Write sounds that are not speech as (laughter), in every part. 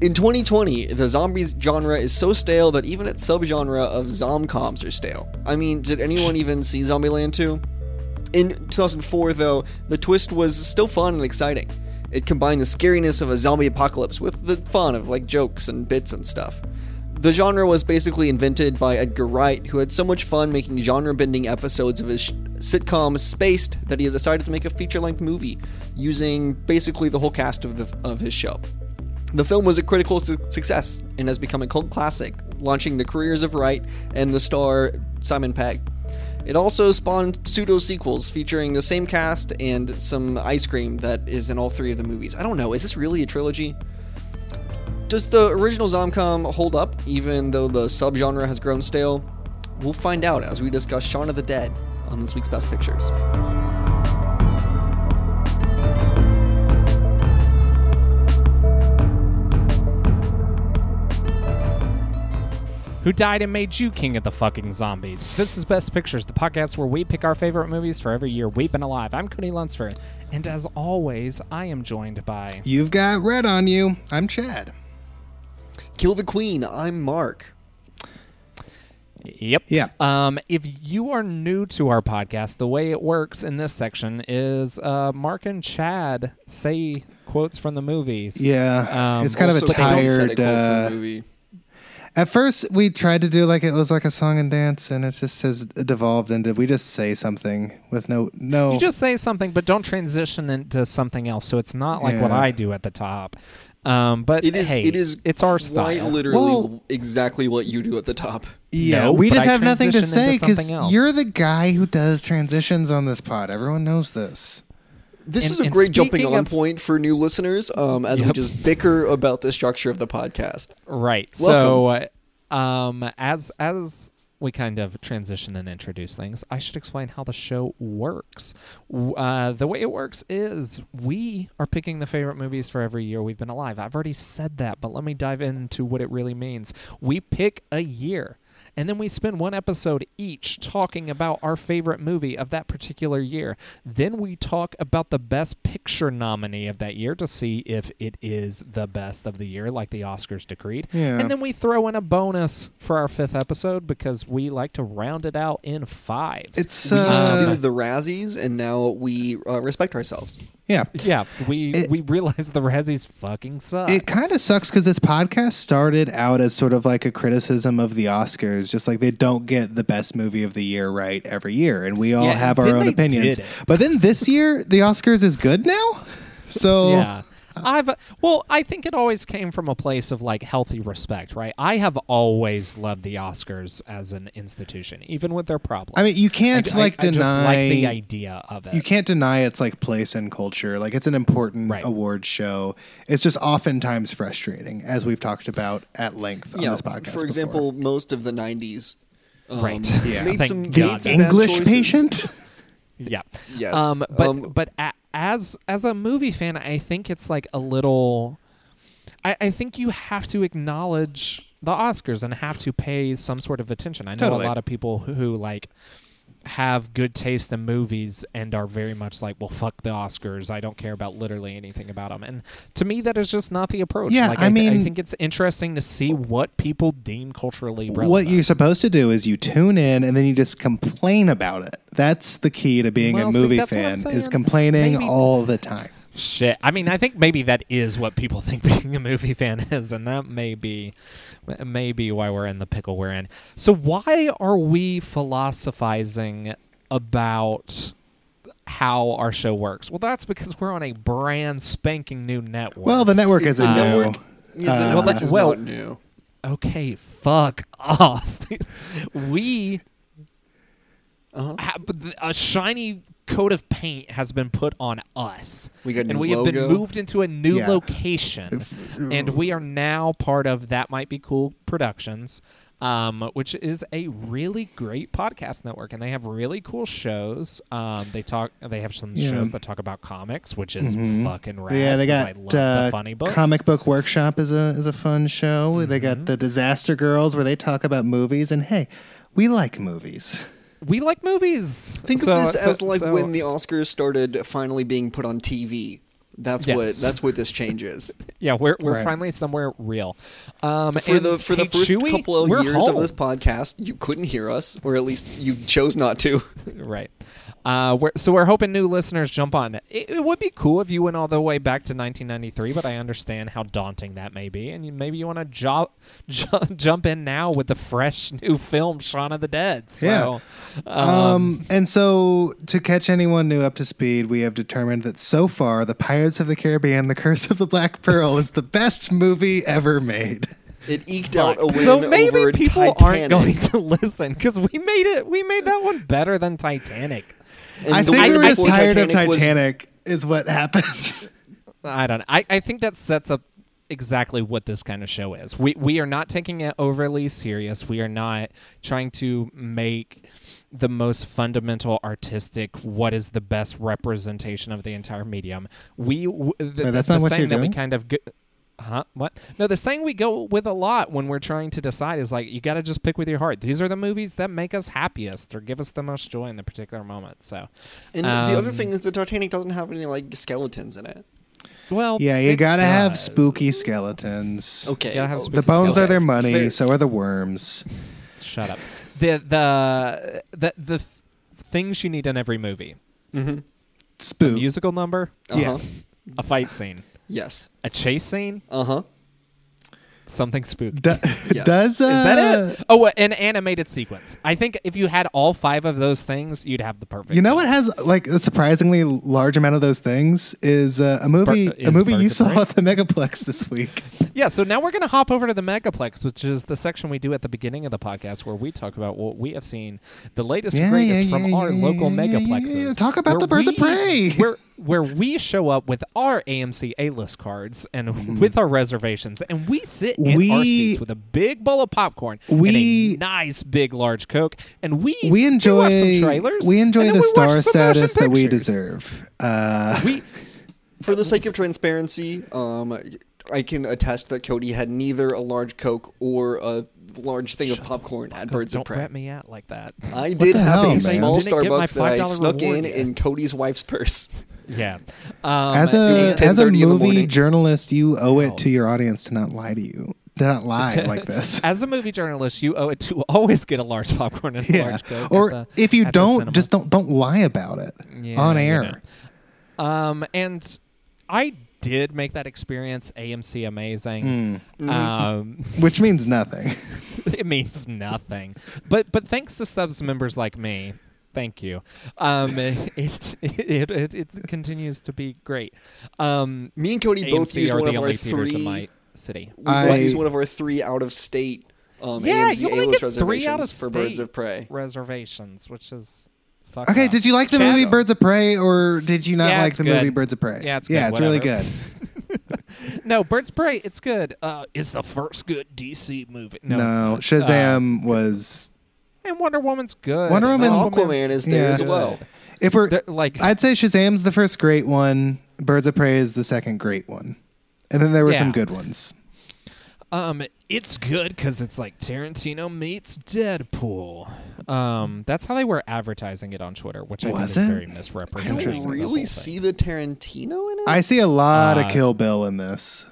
In 2020, the zombies genre is so stale that even its subgenre of zomcoms are stale. I mean, did anyone even see Zombieland 2? In 2004, though, the twist was still fun and exciting. It combined the scariness of a zombie apocalypse with the fun of like jokes and bits and stuff. The genre was basically invented by Edgar Wright, who had so much fun making genre bending episodes of his sh- sitcom Spaced that he decided to make a feature length movie using basically the whole cast of, the, of his show. The film was a critical su- success and has become a cult classic, launching the careers of Wright and the star Simon Pegg. It also spawned pseudo sequels featuring the same cast and some ice cream that is in all three of the movies. I don't know, is this really a trilogy? Does the original Zomcom hold up, even though the subgenre has grown stale? We'll find out as we discuss Shaun of the Dead on this week's Best Pictures. who died and made you king of the fucking zombies. This is Best Pictures, the podcast where we pick our favorite movies for every year we've been alive. I'm Cody Lunsford, and as always, I am joined by. You've got red on you. I'm Chad. Kill the Queen, I'm Mark. Yep. Yeah. Um, if you are new to our podcast, the way it works in this section is uh, Mark and Chad say quotes from the movies. Yeah, Um, it's kind of a Also, Kate said a quote tired. from Uh, the movie. at first, we tried to do like it was like a song and dance, and it just has devolved into we just say something with no no. You just say something, but don't transition into something else. So it's not like what Yeah. I do at the top. Um, but It is. hey, it is. It's our quite style. Literally, Well- exactly what you do at the top. yeah, No, we but just I have nothing to transitioned say into because something else. you're the guy who does transitions on this pod. Everyone knows this. This And- is a and great jumping speaking on of- point for new listeners. Um, as we Yep. just bicker about the structure of the podcast. Right. So, uh, um, as as we kind of transition and introduce things, I should explain how the show works. W- Uh, the way it works is we are picking the favorite movies for every year we've been alive. I've already said that, but let me dive into what it really means. We pick a year. And then we spend one episode each talking about our favorite movie of that particular year. Then we talk about the best picture nominee of that year to see if it is the best of the year, like the Oscars decreed. Yeah. And then we throw in a bonus for our fifth episode because we like to round it out in fives. It's We used to uh, Um, do the Razzies, and now we uh, respect ourselves. yeah. yeah, we (laughs) It- we realize the Razzies fucking suck. It kind of sucks because this podcast started out as sort of like a criticism of the Oscars, just like they don't get the best movie of the year right every year, and we all Yeah, have our then own they opinions. did it. But then this year, the Oscars is good now, so Yeah. I've well, I think it always came from a place of like healthy respect, right? I have always loved the Oscars as an institution, even with their problems. I mean, you can't I- like I just deny like the idea of it. you can't deny its like place and culture. Like it's an important Right. award show. It's just oftentimes frustrating, as we've talked about at length on yeah. this podcast. For before. example, most of the '90s. um, Right. Yeah. Made Thank some, made God. some bad English choices. patient. yeah. Yes. Um, but Um, but a, as as a movie fan, I think it's like a little. I, I think you have to acknowledge the Oscars and have to pay some sort of attention. I know Totally. a lot of people who, who like have good taste in movies and are very much like, well, fuck the Oscars. I don't care about literally anything about them. And to me, that is just not the approach. Yeah, like, I I, th- I mean- think it's interesting to see what people deem culturally relevant. What you're supposed to do is you tune in and then you just complain about it. That's the key to being Well, a see, movie that's what I'm fan is saying. complaining Maybe- all the time. Shit. I mean, I think maybe that is what people (laughs) think being a movie fan is, and that may be, may be why we're in the pickle we're in. So why are we philosophizing about how our show works? Well, that's because we're on a brand spanking new network. Well, the network It's is a the network. network- yeah, the Uh, network Well, is well- not new. okay, fuck off. (laughs) we Uh-huh. ha- but th- a shiny coat of paint has been put on us. We got a and new we have been logo. moved into a new Yeah. location, and we are now part of that might be cool productions. Um, which is a really great podcast network, and they have really cool shows. Um, they talk, they have some Yeah. shows that talk about comics, which is Mm-hmm. Mhm. fucking rad. Yeah, they 'cause got I love uh, the funny books. comic book workshop is a is a fun show. They got the Disaster Girls where they talk about movies and hey, we like movies. We like movies. Think So- of this so- as like so- when the Oscars started finally being put on TV. That's Yes. what that's what this change (laughs) is. Yeah, we're we're Right. finally somewhere real. Um, For and the for the hey, first Chewie, couple of we're years home. of this podcast, you couldn't hear us, or at least you chose not (laughs) to. right. Uh, we're, so we're hoping new listeners jump on. It, it would be cool if you went all the way back to 1993, but I understand how daunting that may be, and you, maybe you want to jo- (laughs) ju- jump in now with the fresh (laughs) new film, Shaun of the Dead. So, Um, and so, to catch anyone new up to speed, we have determined that so far, The Pirates of the Caribbean: The Curse of the Black Pearl is the best movie ever made. (laughs) It eked out a win so maybe over people Titanic. aren't going to (laughs) listen because we made it. We made that one better than Titanic. And I the think week we were just before tired of was- Titanic. Is (laughs) what happened. I don't. I, I think that sets up exactly what this kind of show is. We we are not taking it overly serious. We are not trying to make the most fundamental artistic what is the best representation of the entire medium. We w- th- Wait, that's the not what saying you're that we doing? kind of go- Huh? What? No, the saying we go with a lot when we're trying to decide is like you got to just pick with your heart. These are the movies that make us happiest or give us the most joy in the particular moment. So, and the other um, thing is the Titanic doesn't have any like skeletons in it. well, yeah, you it gotta have does. spooky skeletons. Okay, gotta have oh, The spooky bones are their skeletons. money. Fair. So are the worms. Shut up. the the the the f- things you need in every movie: Spook. musical number, mm-hmm. Uh-huh. Yeah. a fight scene, Yes. a chase scene, Uh huh. something spooky. Do- Yes. (laughs) Does uh, Is that it? Oh, an animated sequence. I think if you had all five of those things, you'd have the perfect. You know movie. what has like a surprisingly large amount of those things is uh, a movie Bur- a is movie Birds you of saw Prey? at the Megaplex this week. Yeah. So now we're gonna hop over to the Megaplex, which is the section we do at the beginning of the podcast where we talk about what we have seen, the latest Yeah, and greatest yeah, from yeah, our yeah, local yeah, yeah, yeah, Megaplexes. yeah. Talk about where the Birds of we- Prey. (laughs) Where where we show up with our AMC A list cards and with our reservations, and we sit in our Mm-hmm. We- seats with a big bowl of popcorn We- and a nice big large Coke, and we We do enjoy watch some trailers. we enjoy and the then we watch star some motion status that we pictures. deserve. Uh, We For the sake of transparency, um, I can attest that Cody had neither a large Coke or a large thing of popcorn at Birds don't of Prey. rat me out like (laughs) that. I did the have hell, a man? small Didn't get my Starbucks that I $5 snuck in reward yet. in Cody's wife's purse. Yeah. Um, as it a was as a 10:30 in the movie morning. journalist, you owe Wow. it to your audience to not lie to you, to not lie like this. As a movie journalist, you owe it to (laughs) always get a large popcorn and a yeah. large coke. Or at the- if you at the don't, cinema. just don't don't lie about it Yeah, on you air. know. Um, and I did make that experience AMC amazing. Hmm. Um, (laughs) Which means nothing. it means nothing, but but thanks to subs members like me, thank you. Um, (laughs) it, it, it it continues to be great. Um, Me and Cody both AMC used are one the of our only theaters in three. my city. We I- both used one of our three out of state um, yeah, AMC you only A-list get three out of reservations for Birds state of Prey. reservations, which is fucked Okay, up. did you like the Chad- movie Birds of Prey, or did you not Yeah, like it's the good. movie Birds of Prey? Yeah, it's good, yeah, it's really whatever. good. No, Birds of Prey, it's good. Uh, it's the first good DC movie. No, it's No, not. Uh, Shazam was. and Wonder Woman's good. Wonder And Woman- Aquaman's Aquaman is there Yeah. as well. good. If we're They're, like, I'd say Shazam's the first great one. Birds of Prey is the second great one, and then there were some Yeah. good ones. um, it's good because it's like Tarantino meets Deadpool. Um, that's how they were advertising it on Twitter, which I Was think is it? very You misrepresenting. Interesting. the whole really thing. see the Tarantino in it? I see a lot of Uh, Kill Bill in this.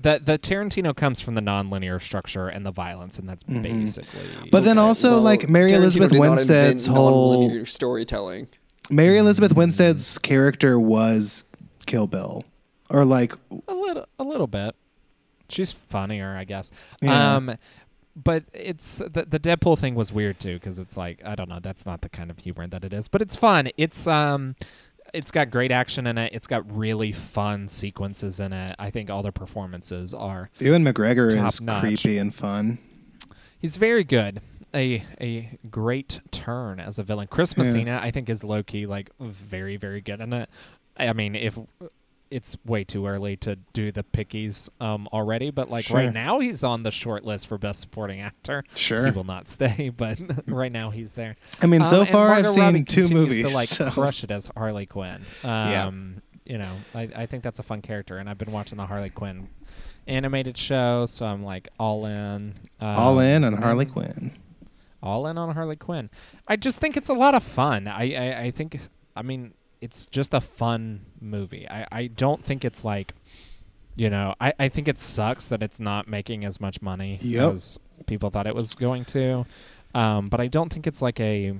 the the Tarantino comes from the nonlinear structure and the violence, and that's basically. Mm-hmm. But then also Well, like Mary Tarantino Elizabeth did not Winstead's invent whole nonlinear storytelling. Mary Elizabeth Winstead's mm. character was Kill Bill, or like a little a little bit she's funnier i guess Yeah. um but it's the, the deadpool thing was weird too because it's like i don't know that's not the kind of humor that it is but it's fun it's um it's got great action in it it's got really fun sequences in it i think all the performances are Ewan McGregor Top is notch. creepy and fun. he's very good a a great turn as a villain chris Yeah. messina i think is low-key like very very good in it i I mean if it's way too early to do the pickies um, already, but like Sure. right now he's on the short list for best supporting actor. Sure. he will not stay, (laughs) but right now he's there. I mean, so Um, and far I've Margot seen Robbie two continues to movies. like (laughs) so- crush it as Harley Quinn. Um, you know, I, I think that's a fun character, and I've been watching the Harley Quinn animated show, so I'm like all in. Um, All in on Harley Quinn. all in on Harley Quinn. I just think it's a lot of fun. I I, I think I mean it's just a fun movie. I, I don't think it's like, you know, I, I think it sucks that it's not making as much money Yep. as people thought it was going to. Um, but I don't think it's like a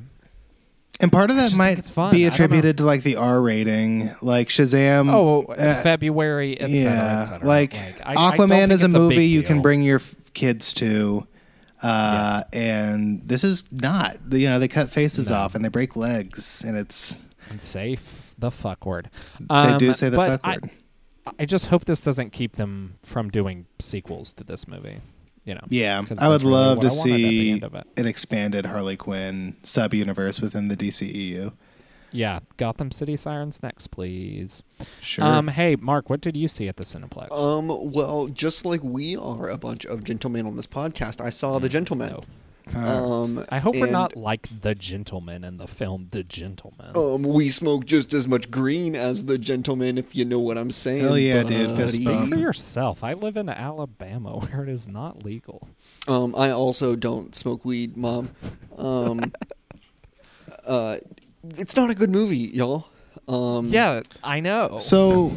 And part of I that just think might it's fun. I be don't know. attributed to like the R rating, like Shazam. oh uh, February et cetera, et cetera. Like, I- I don't Aquaman think is a it's big movie you can deal. bring your f- kids to. Uh, And this is not. You know, they cut faces off and they break legs, and it's and say f- the fuck word. they Um, do say the but fuck I- word. I just hope this doesn't keep them from doing sequels to this movie. You know. Yeah, 'cause I would that's really love what to I wanted at the see end of it. an expanded Harley Quinn sub universe within the E DCEU. Yeah, Gotham City Sirens next, please. Sure. Um, hey, Mark, what did you see at the Cineplex? Um, well, just like we are a bunch of gentlemen on this podcast, I saw The Gentleman. Mm, no. Uh, Um, I hope we're and, not like the gentleman in the film The Gentleman. Um, we smoke just as much green as The Gentleman, if you know what I'm saying. Hell yeah, dude, fist buddy. bump. Speak for yourself. I live in Alabama (laughs) where it is not legal. Um, I also don't smoke weed, mom. (laughs) Um, uh, it's not a good movie, y'all. Um, Yeah, I know. so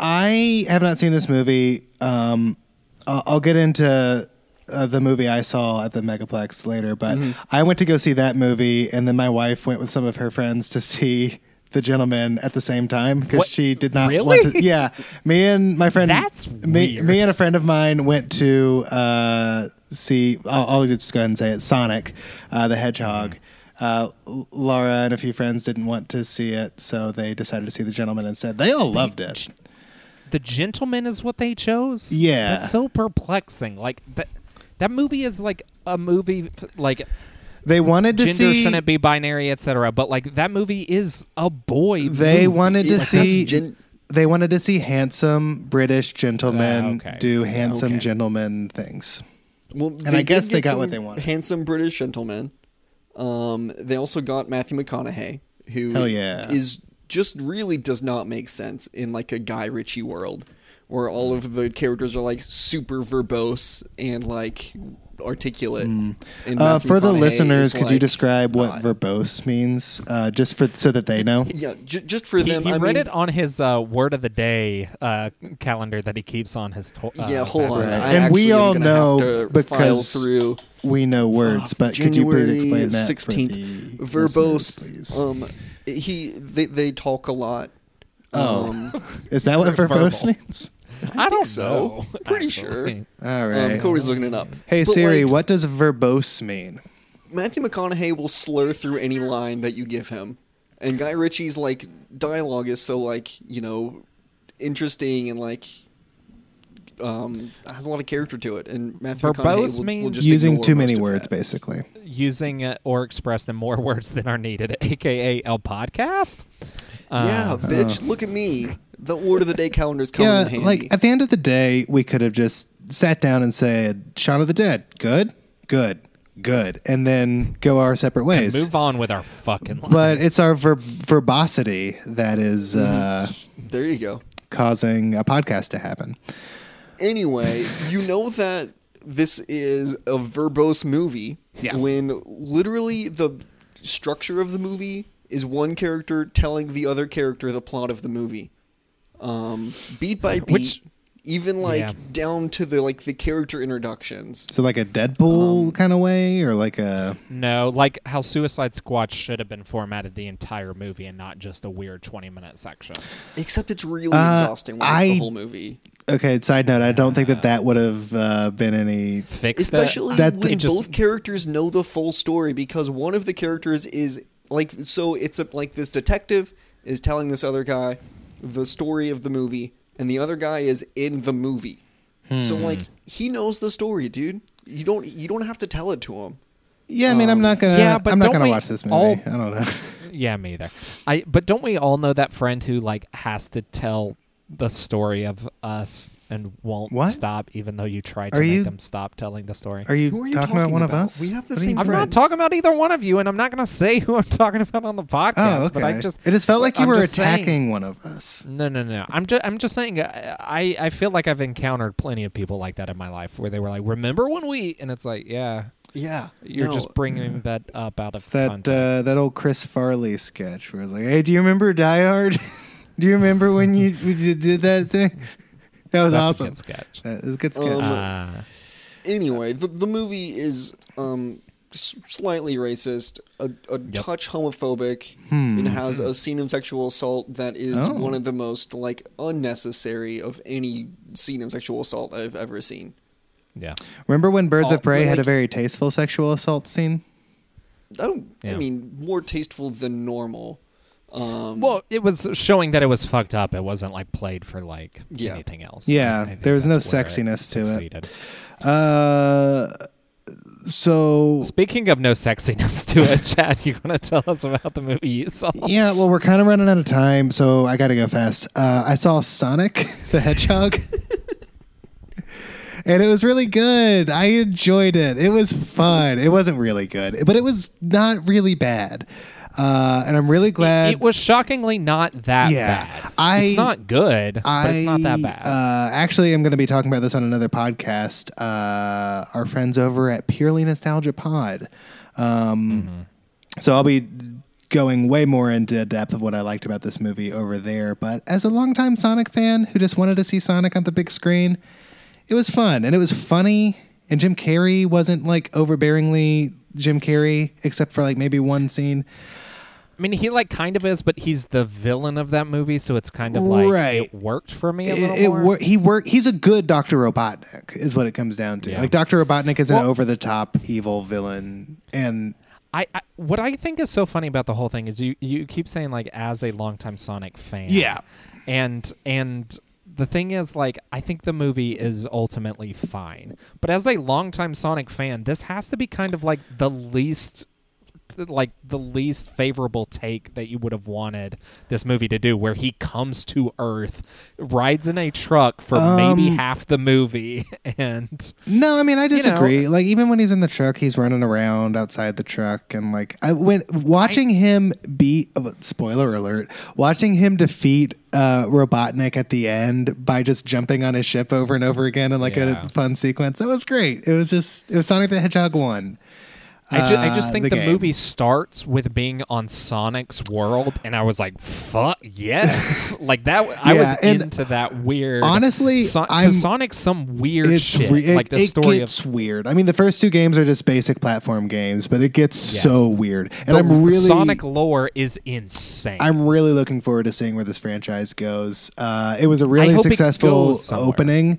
I have not seen this movie. Um, I'll, I'll get into uh, the movie I saw at the Megaplex later, but Mm-hmm. I went to go see that movie, and then my wife went with some of her friends to see. (laughs) The gentleman at the same time because What? she did not Really? want to. Yeah, me and my friend. That's me. weird. Me and a friend of mine went to uh, see. I'll, I'll just go ahead and say it. Sonic, uh, the Hedgehog. Mm-hmm. Uh, L- Laura and a few friends didn't want to see it, so they decided to see the gentleman instead. They all loved it. the gentleman is what they chose. Yeah. that's so perplexing. Like that, that movie is like a movie f- like They wanted to gender see. shouldn't be binary, etc. But like that movie is a boy. They movie. wanted to Like, that's see. gen- they wanted to see handsome British gentlemen Ah, okay. do handsome Okay. gentleman things. Well, and I guess they got what they wanted. Handsome British gentleman. Um, they also got Matthew McConaughey, who Hell yeah. is just really does not make sense in like a Guy Ritchie world, where all of the characters are like super verbose and like articulate. And Uh, Matthew for the McConaughey is, listeners, could you like, describe what not- verbose means, uh, just for so that they know? Yeah, j- just for He, them. he I read mean, it on his uh, word of the day uh, calendar that he keeps on his. To- uh, yeah, hold on. bathroom. Oh, Right. I And we actually am all gonna have know to file because through. We know words, but could you please explain that? for Uh, the verbose. listeners, please? Um, he they they talk a lot. Oh. Um, (laughs) Is that what ver- verbose verbal. means? I, don't so. know, I'm pretty actually. sure. All um, right. Cody's looking it up. hey But, Siri, like, what does verbose mean? Matthew McConaughey will slur through any line that you give him, and Guy Ritchie's like dialogue is so like you know interesting and like um has a lot of character to it. And Matthew Verbose McConaughey will, will means just Using ignore too most many of words, that. basically. Using uh, or expressed in more (laughs) words than are needed, aka El Podcast. yeah, Um, bitch, look at me. The order of the day calendar's coming Yeah, in handy. like at the end of the day, we could have just sat down and said, "Shaun of the Dead, good, good, good," and then go our separate ways. move on with our fucking. (laughs) Life. But it's our ver- verbosity that is uh, Mm-hmm. there you go. causing a podcast to happen. anyway, you know that this is a verbose movie Yeah. when literally the structure of the movie is one character telling the other character the plot of the movie. Um, beat by beat, Which- even like Yeah. down to the like the character introductions. So like a Deadpool Um, kind of way, or like a No, like how Suicide Squad should have been formatted the entire movie and not just a weird 20 minute section. Except it's really Uh, exhausting when it's I- the whole movie. okay. Side note: I don't think that that would have uh, been any. Fix that- especially that when it just- both characters know the full story because one of the characters is like so it's a, like this detective is telling this other guy the story of the movie and the other guy is in the movie so Hmm. like he knows the story dude you don't you don't have to tell it to him Yeah, I mean, I'm not gonna. yeah, but I'm not don't gonna we watch this movie. all- I don't know. Yeah, me either. I but don't we all know that friend who like has to tell the story of us and won't What? stop even though you try to Are make you- them stop telling the story? Are you, Who are you talking, about talking one about? of us? We have the What do you same I'm mean? not friends? talking about either one of you, and I'm not going to say (laughs) who I'm talking about on the podcast. Oh, okay. But I just it just felt like you I'm were just saying- attacking one of us. No, no, no. I'm just, I'm just saying. I, I- I feel like I've encountered plenty of people like that in my life, where they were like, "Remember when we?" And it's like, yeah, Yeah. You're no. just bringing that up out of It's that context. uh, that old Chris Farley sketch where it's like, "Hey, do you remember Die Hard? (laughs) do you remember when you, (laughs) when you did that thing? That was That's a awesome. good sketch. That was a good sketch. Um, Ah. anyway, the, the movie is um, s- slightly racist, a, a touch homophobic, and has a scene of sexual assault that is Oh. one of the most like unnecessary of any scene of sexual assault I've ever seen. yeah. remember when Birds all- of Prey had a like- very tasteful sexual assault scene? I don't. I Yeah. mean, more tasteful than normal. Um, Well, it was showing that it was fucked up. It wasn't like played for like Yeah. anything else. Yeah, I think there was no that's where sexiness to it. succeeded. Uh, so Speaking of no sexiness to (laughs) it, Chad, you want to tell us about the movie you saw? yeah, well, we're kind of running out of time, so I got to go fast. Uh, I saw Sonic (laughs) the Hedgehog. And it was really good. I enjoyed it. It was fun. It wasn't really good, but it was not really bad. Uh, and I'm really glad. It was shockingly not that Yeah. bad. I- it's not good, I, but it's not that bad. Uh, actually, I'm going to be talking about this on another podcast. Uh, our friends over at Purely Nostalgia Pod. Um, Mm-hmm. So I'll be going way more into depth of what I liked about this movie over there. But as a longtime Sonic fan who just wanted to see Sonic on the big screen, it was fun and it was funny. And Jim Carrey wasn't like overbearingly Jim Carrey, except for like maybe one scene. I mean, he like kind of is, but he's the villain of that movie, so it's kind of like Right. it worked for me a it, little it more. wor- he work he's a good Dr. Robotnik is what it comes down to. Yeah. Like Dr. Robotnik is an Well- over the top evil villain and I, I what I think is so funny about the whole thing is you you keep saying like as a longtime Sonic fan. Yeah. And and the thing is like I think the movie is ultimately fine. But as a longtime Sonic fan, this has to be kind of like the least like the least favorable take that you would have wanted this movie to do where he comes to earth rides in a truck for maybe Um, half the movie (laughs) and no, I mean I know- disagree. like even when he's in the truck, he's running around outside the truck and like I when watching him beat oh, spoiler alert, watching him defeat uh Robotnik at the end by just jumping on his ship over and over again in like Yeah. a fun sequence. That was great. It was just it was Sonic the Hedgehog 1. I, ju- I just uh, think the the, game. movie starts with being on Sonic's world, and I was like, "Fuck (laughs) yes!" like that. w- I Yeah, was and into that weird. honestly, Son- 'cause I'm- Sonic's some weird shit. re- like the story it of gets weird. I mean, the first two games are just basic platform games, but it gets so weird, and I'm really Sonic lore is insane. I'm really looking forward to seeing where this franchise goes. Uh, it was a really hope it successful goes somewhere. opening.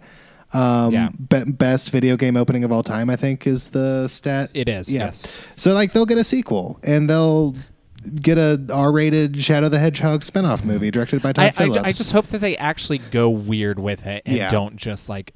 Um, Yeah. be- best video game opening of all time, I think, is the stat. It is, Yeah. yes. So like they'll get a sequel, and they'll get a R-rated Shadow the Hedgehog spin-off movie directed by Todd Mm-hmm. I, I, ju- Phillips. I just hope that they actually go weird with it and Yeah. don't just like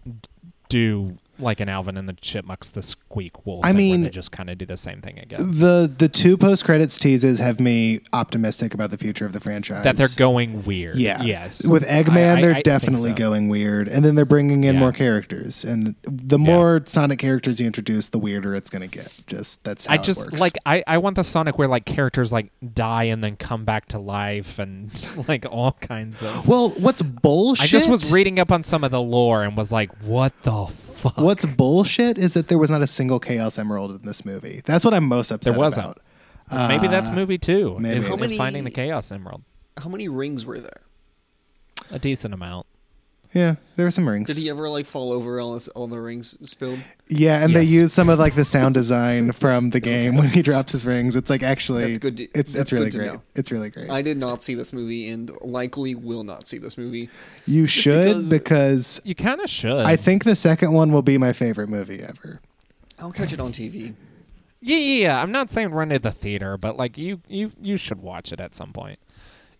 do like an Alvin and the Chipmunks, the Squeak Wolf. I thing where mean- they just kind of do the same thing again. the the two post credits teases have me optimistic about the future of the franchise. That they're going weird. Yeah. Yes. With I- Eggman, I- I they're think definitely so. going weird, and then they're bringing in Yeah. more characters, and the more Sonic characters you introduce, the weirder it's going to get. Just that's how I it just works. like I, I want the Sonic where like characters like die and then come back to life and (laughs) like all kinds of. Well, what's bullshit? I just was reading up on some of the lore and was like, what the fuck? What's bullshit is that there was not a single Chaos Emerald in this movie. That's what I'm most upset There wasn't. about. maybe that's movie two. Uh, maybe. Is, How is many- finding the Chaos Emerald how many rings were there? a decent amount? Yeah, there were some rings. Did he ever like fall over? All, this, all the rings spilled. yeah, and Yes. they used some of like the (laughs) sound design from the game when he drops his rings. It's like actually, That's good to- it's that's it's really good to great. know. It's really great. I did not see this movie, and likely will not see this movie. you should because- because You kind of should. I think the second one will be my favorite movie ever. I'll catch it on TV. yeah, yeah, yeah. I'm not saying run to the theater, but like you, you, you should watch it at some point.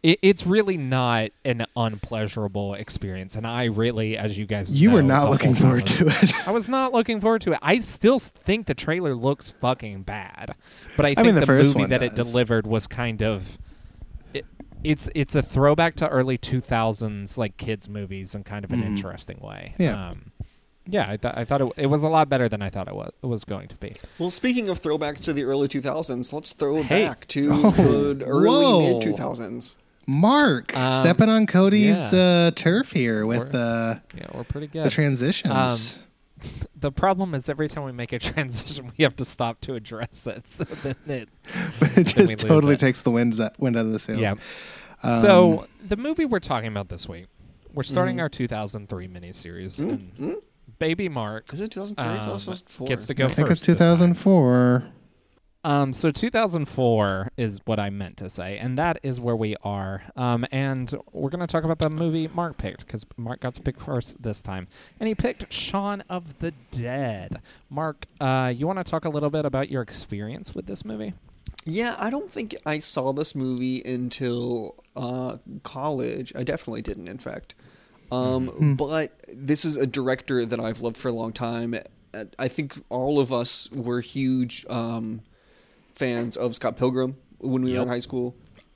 It, it's really not an unpleasurable experience, and I really, as you guys, You were know, the not whole looking time forward was- to it. (laughs) I was not looking forward to it. I still s- think the trailer looks fucking bad, but I think mean, the the, first movie one that it does. delivered was kind of it, it's it's a throwback to early two thousands like kids movies in kind of an interesting way. Mm-hmm. Yeah. um, yeah. I thought I thought it, it was a lot better than I thought it was it was going to be. Well, speaking of throwbacks to the early 2000s, let's throw Hey. Oh. back to the early Whoa. mid 2000s. Mark Um, stepping on Cody's uh, turf here We're- with uh, Yeah, Um, we're pretty good. the transitions. the problem is every time we make a (laughs) transition, we have to stop to address it. So (laughs) then it, but (laughs) Then we it just lose totally it. takes the wind out, wind out of the sails. yeah. Um, Mm-hmm. so the movie we're talking about this week, we're starting Mhm. our 2003 miniseries. Mm, and mm. Baby Mark Is it 2003? um, I thought it was 2004. gets to go I think it's first this time. 2004. Um, so 2004 is what I meant to say, and that is where we are. Um, and we're going to talk about the movie Mark picked because Mark got to pick first this time, and he picked Shaun of the Dead. Mark, uh, you want to talk a little bit about your experience with this movie? Yeah, I don't think I saw this movie until uh, college. I definitely didn't, in fact. Um, Mm-hmm. Hmm. But this is a director that I've loved for a long time. Uh, I think all of us were huge um, fans of Scott Pilgrim when we were in Yep. high school.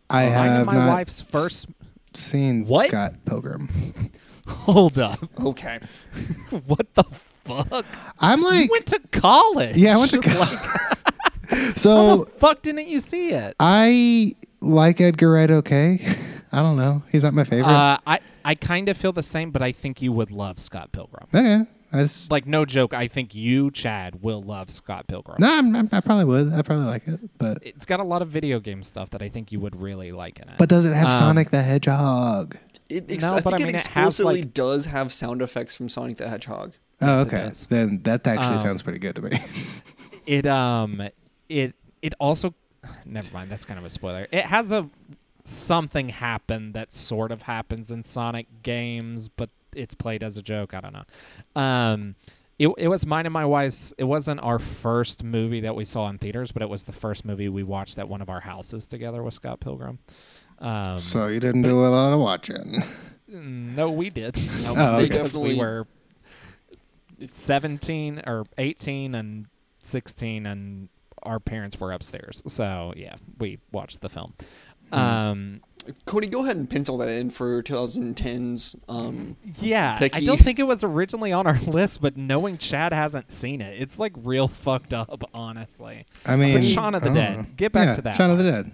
I Mine and have Oh, my not wife's first. (laughs) seen What? Scott Pilgrim. Hold up! (laughs) Okay. what the fuck? I'm You like, went to college. yeah, I went to (laughs) Oh. Like, college. so how the fuck didn't you see it? I like Edgar Wright. Okay, (laughs) I don't know. He's not my favorite. Uh, I I kind of feel the same, but I think you would love Scott Pilgrim. okay, I just like no joke i think you chad will love scott pilgrim no. I'm, I'm, I probably would. I probably like it, but it's got a lot of video game stuff that i think you would really like in it but does it have Um, Sonic the Hedgehog? It ex- No, I but think I mean, it it has, explicitly like- does have sound effects from Sonic the Hedgehog. Oh, Yes, it okay. does. Then that actually Um, sounds pretty good to me. (laughs) it um it it also (sighs) never mind that's kind of a spoiler it has a something happen that sort of happens in sonic games but it's played as a joke i don't know um it, it was mine and my wife's it wasn't our first movie that we saw in theaters but it was the first movie we watched at one of our houses together with scott pilgrim um, so you didn't do a lot of watching. Mm, No, we did. (laughs) No, Oh, okay. because we Definitely- were seventeen or eighteen and sixteen, and our parents were upstairs. So yeah, we watched the film. Hmm. Um, Cody, go ahead and pencil that in for 2010's. Um, yeah, I Picky. don't think it was originally on our (laughs) list, but knowing Chad hasn't seen it, it's like real fucked up, honestly. I mean, Shaun of the I don't Dead. know. Get back Oh. Yeah, to that Shaun of the one. Dead.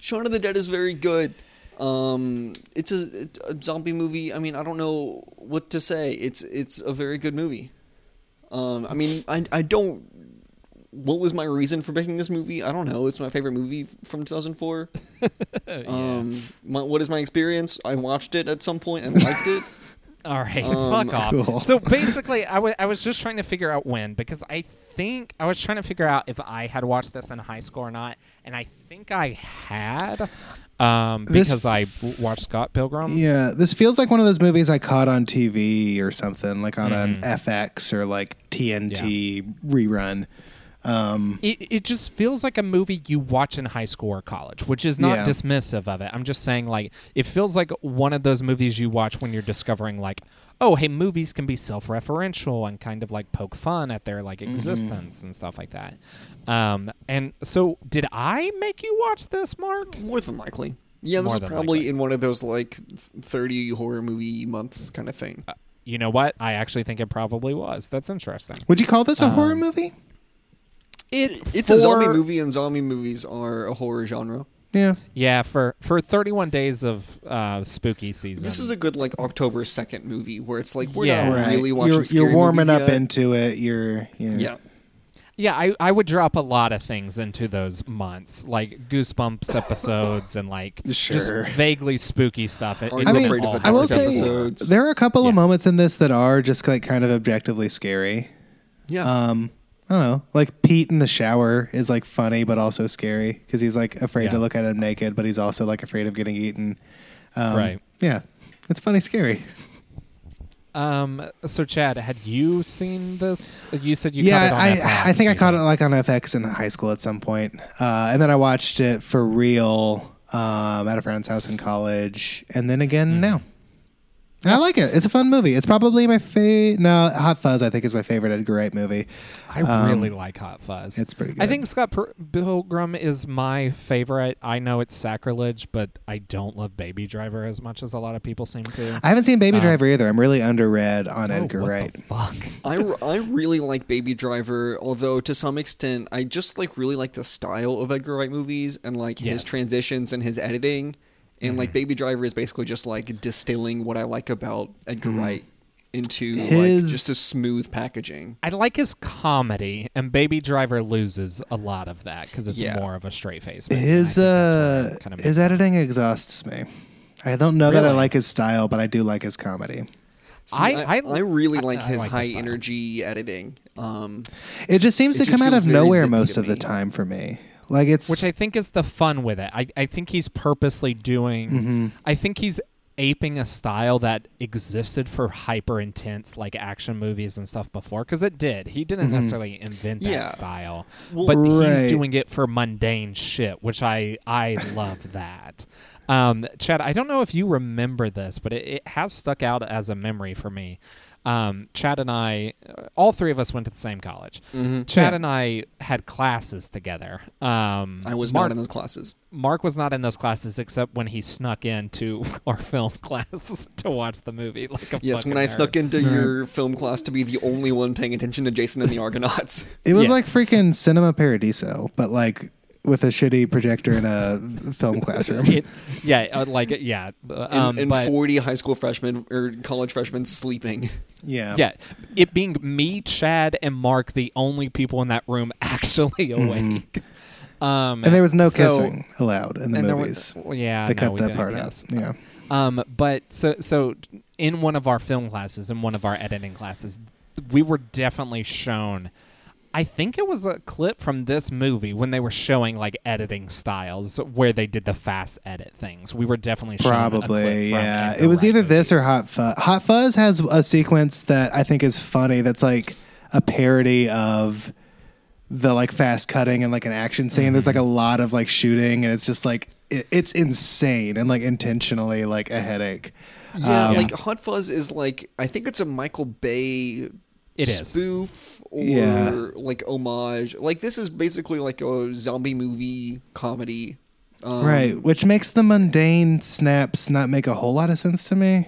Shaun of the Dead is very good. Um, it's a, it's a zombie movie. I mean, I don't know what to say. It's it's a very good movie. Um, I mean, I I don't. What was my reason for picking this movie? I don't know. It's my favorite movie f- from 2004. Uh, yeah. Um, my, what is my experience? I watched it at some point and liked it. (laughs) All right, Um, fuck off. (laughs) Cool. So basically, I wa- I was just trying to figure out when because I think I was trying to figure out if I had watched this in high school or not, and I think I had um, This- because I w- watched Scott Pilgrim. Yeah, this feels like one of those movies I caught on TV or something, like on an Mm-hmm. FX or like TNT rerun. Um, It, it just feels like a movie you watch in high school or college, which is not Yeah. dismissive of it. I'm just saying, like, it feels like one of those movies you watch when you're discovering, like, oh, hey, movies can be self referential and kind of like poke fun at their like Mm-hmm. existence and stuff like that. Um, and so, did I make you watch this, Mark? More than likely. Yeah, this More is than probably likely. in one of those like 30 horror movie months kind of thing. Uh, You know what? I actually think it probably was. That's interesting. would you call this a Um, horror movie? It, It's a zombie for- movie, and zombie movies are a horror genre. Yeah. Yeah, for for 31 days of uh, spooky season. This is a good like October second movie where it's like we're Yeah. not Right. really watching. you're, scary you're warming movies up yet. into it. You're yeah. yeah. Yeah, I, I would drop a lot of things into those months, (laughs) like Goosebumps episodes and like Sure. just vaguely spooky stuff. It, Are it you I was mean, afraid of all- the I will dark say episodes? there are a couple Yeah. of moments in this that are just like kind of objectively scary. Yeah. Um, I don't know. Like Pete in the shower is like funny but also scary because he's like afraid to Yeah. look at him naked, but he's also like afraid of getting eaten. Um, Right. Yeah, it's funny, scary. Um, so Chad, had you seen this? You said you yeah, caught it on I, I think I caught it like on FX in high school at some point, uh, and then I watched it for real um, at a friend's house in college, and then Hmm. again now. And I like it. It's a fun movie. It's probably my favorite. No, Hot Fuzz I think is my favorite Edgar Wright movie. I Um, really like Hot Fuzz. it's pretty I good. think Scott per- Pilgrim is my favorite. I know it's sacrilege, but I don't love Baby Driver as much as a lot of people seem to. I haven't seen Baby Um, Driver either. I'm really underread on Oh, Edgar what the Wright. fuck. I, I really like Baby Driver, although to some extent I just like really like the style of Edgar Wright movies and like Yes. Mm-hmm. his transitions and his Mm-hmm. editing, and like Baby Driver is basically just like distilling what I like about Edgar Wright into like His- just a smooth packaging. I like his comedy, and Baby Driver loses a lot of that because it's Yeah. more of a straight face. movie, and I His think that's uh, where it kinda his makes- editing exhausts me. I don't know that I Really? like his style, but I do like his comedy. See, I- I, I, I- really I- like I his like the high style. energy editing. Um, It just seems It to just come out feels of very nowhere zippy most to of the me. time for me. Like it's which I think is the fun with it. I, I think he's purposely doing. I think he's aping a style that existed for hyper intense like action movies and stuff before because it did. He didn't necessarily invent that Yeah. style, Well, but Right. he's doing it for mundane shit, which I I love that. Um, Chad, I don't know if you remember this, but it, it has stuck out as a memory for me. Um, Chad and I, uh, all three of us went to the same college. Chad Yeah. and I had classes together. Um, I was Mark, not in those classes. Mark was not in those classes except when he snuck into (laughs) our film class to watch the movie. Like a Yes, when I snuck into your film class to be the only one paying attention to Jason and the Argonauts. it was yes. like freaking Cinema Paradiso, but like with a shitty projector in a (laughs) film classroom. It, yeah, uh, like yeah, uh, and, um, and but 40 high school freshmen or college freshmen sleeping. yeah. yeah, it being me, Chad, and Mark, the only people in that room (laughs) actually awake. Um, Mm-hmm. And there was no so- kissing allowed in the and there movies. was yeah, they no, cut we that didn't part kiss. out. Yeah. Um, but so so in one of our film classes, in one of our editing classes, we were definitely shown. I think it was a clip from this movie when they were showing like editing styles where they did the fast edit things. We were definitely shown a clip Probably, from yeah. Edgar It was Wright either this or movies. Hot Fuzz. Hot Fuzz has a sequence that I think is funny. That's like a parody of the like fast cutting and like an action scene. There's like a Mm-hmm. lot of like shooting, and it's just like it, it's insane and like intentionally like a headache. Yeah, Um, Uh, like Hot Fuzz is like I think it's a Michael Bay It is. spoof or Yeah. like homage. Like this is basically like a zombie movie comedy. Um, right, which makes the mundane snaps not make a whole lot of sense to me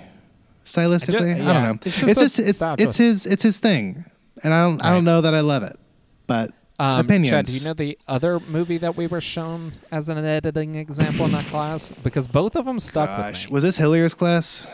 stylistically. I, yeah. don't know. It's just It's just, a it's style it's choice. his it's his thing, and I don't I Right. don't know that I love it, but Um, opinions. Chad, do you know the other movie that we were shown as an editing example in that class? Because both of them stuck Gosh, with me. was this Hillier's class?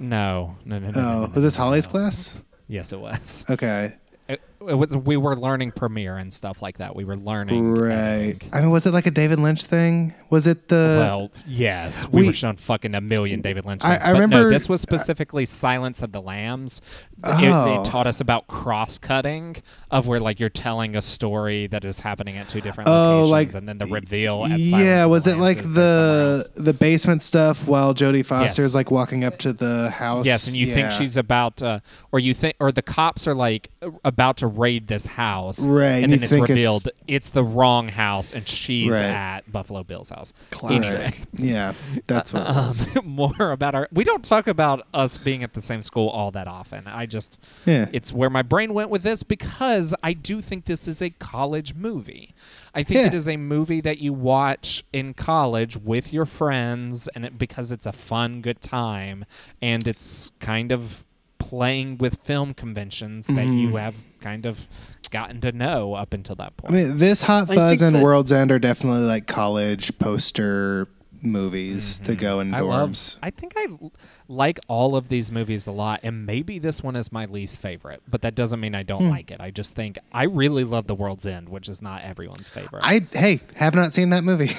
no, no, no, no, no, no, Oh, no, was this no, Holly's no. class? Yes, it was. Okay, it, it was we were learning Premiere and stuff like that. We were learning. right. editing. I mean, was it like a David Lynch thing? Was it the? well, yes, we, were Uh, we- shown fucking a million David Lynch. I- things, I but no, remember- uh, this was specifically Silence of the Lambs. It, it Oh. taught us about cross cutting of where like you're telling a story that is happening at two different Oh, locations, like- and then the reveal. At Silence yeah, of the was it Lambs like is they're somewhere the else. the basement stuff while Jodie Foster's Yes. like walking up to the house? Yes, and you think Yeah. she's about, uh, or you think, or the cops are like about to raid this house, Right, and And you then it's think it's- revealed it's, the wrong house, and she's Right. at Buffalo Bill's house. Classic. Anyway. Yeah, that's what. (laughs) it Um, was. more about our. We don't talk about us being at the same school all that often. I just, Yeah. it's where my brain went with this because I do think this is a college movie. I think Yeah. it is a movie that you watch in college with your friends, and it, because it's a fun, good time, and it's kind of playing with film conventions that Mm-hmm. you have kind of gotten to know up until that point. I mean, this Hot I Fuzz think and that- World's End are definitely like college poster movies to go in Mm-hmm. I dorms. love. I think I l- like all of these movies a lot, and maybe this one is my least favorite. But that doesn't mean I don't like it. I just think I really love The World's End, which is not everyone's favorite. I, I hey, have not seen that movie.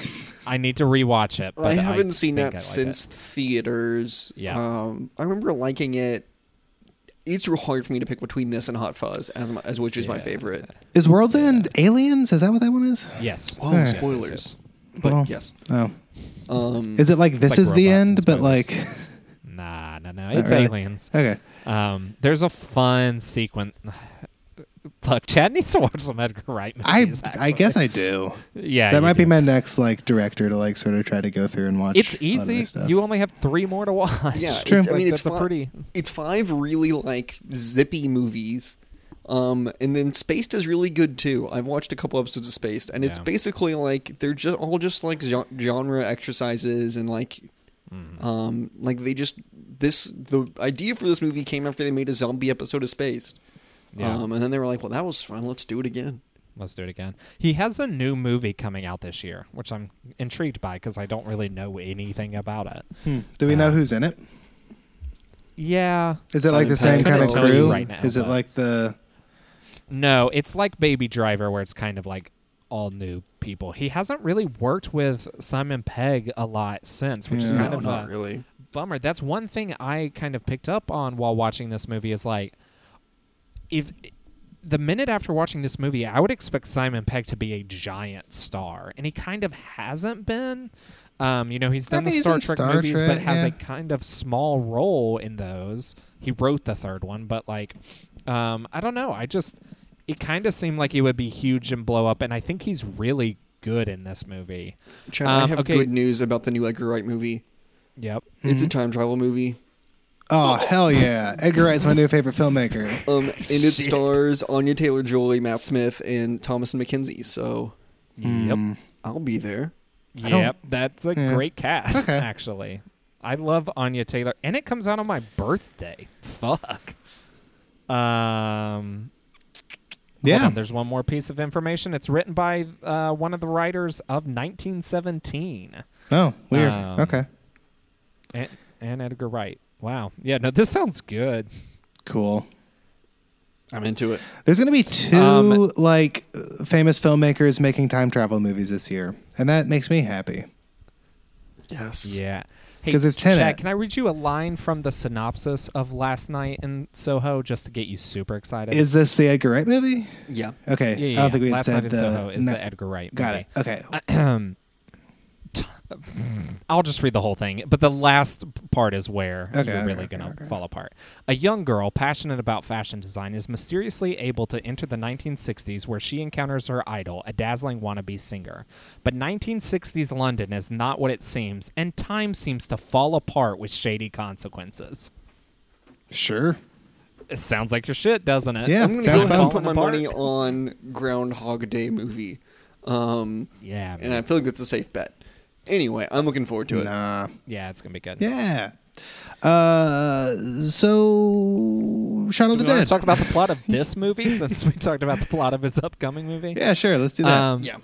(laughs) need to rewatch it. But I haven't seen think that I like it. since theaters. Yeah. um, I remember liking it. It's real hard for me to pick between this and Hot Fuzz as my, as which is my Yeah. favorite. Is World's End Aliens? Is that what that one is? Yes. Whoa, Yes, yes, yes, spoilers! yes. But Well, yes, Oh, um, is it like this like is the robots end, and but like (laughs) spiders. Nah, no, no. It's really. aliens. okay, Um, there's a fun sequence. (sighs) Look, Chad needs to watch some Edgar Wright I movies. I actually. guess I do. (laughs) yeah, that you might be do. my next like director to like sort of try to go through and watch. It's a lot of their easy. stuff. You only have three more to watch. (laughs) Yeah, true. It's, I Like, mean, it's that's fi- a pretty- It's five really like zippy movies, um, and then Spaced is really good too. I've watched a couple episodes of Spaced, and it's Yeah. basically like they're just all just like gen- genre exercises and like, um, like they just this the idea for this movie came after they made a zombie episode of Spaced, Yeah. um, and then they were like, well, that was fun. Let's do it again. Let's do it again. He has a new movie coming out this year, which I'm intrigued by because I don't really know anything about it. Do we know who's in it? Yeah. Is it like the Silent same kind Type. I of couldn't tell you crew? right now, Is it but- like the No, it's like Baby Driver, where it's kind of like all new people. He hasn't really worked with Simon Pegg a lot since, which is Yeah. kind no, of not a really. bummer. That's one thing I kind of picked up on while watching this movie is like, if the minute after watching this movie, I would expect Simon Pegg to be a giant star, and he kind of hasn't been. Um, you know, he's I done mean, the he's Star in Trek Star movies, but Trek, has yeah. a kind of small role in those. He wrote the third one, but like, um, I don't know. I just it kind of seemed like he would be huge and blow up, and I think he's really good in this movie. Chad, I Um, have okay. good news about the new Edgar Wright movie. Yep. It's a time travel movie. Oh hell yeah! Edgar Wright's my new favorite filmmaker. Um, and it stars Anya Taylor Joy, Matt Smith, and Thomas McKenzie. So Mm. I'll be there. I don't- Yep, that's a Yeah. great cast. Okay. Actually, I love Anya Taylor, and it comes out on my birthday. Fuck. Um. hold Yeah. on, there's one more piece of information. It's written by uh, one of the writers of 1917, Oh weird. Um, okay. and, and Edgar Wright. Wow. Yeah. No, this sounds good. Cool. I'm into it. There's gonna be two Um, like uh, famous filmmakers making time travel movies this year, and that makes me happy. Yes. Yeah. Hey, 'Cause it's Chad, Tenet. can I read you a line from the synopsis of last night in Soho just to get you super excited? Is this the Edgar Wright movie? Yeah. Okay. yeah, yeah, I don't think yeah. we had last said night in the. Soho is no- the Edgar Wright. got movie. it. Okay. Uh, Ahem. T- I'll just read the whole thing, but the last part is where Okay, you're okay, really okay, going to okay. fall apart. A young girl passionate about fashion design is mysteriously able to enter the 1960s where she encounters her idol, a dazzling wannabe singer. But 1960s London is not what it seems, and time seems to fall apart with shady consequences. Sure. It sounds like your shit, doesn't it? Yeah. I'm gonna go Sounds ahead fun. and put my Falling money apart. on Groundhog Day movie. Um, Yeah. and man. I feel like that's a safe bet. Anyway, I'm looking forward to it. Nah. yeah, it's going to be good. Yeah. Uh. So, Shaun of Do the we want Dead. to talk about the plot of this movie (laughs) since we talked about the plot of his upcoming movie? yeah. Sure. Let's do that. Um, Yeah.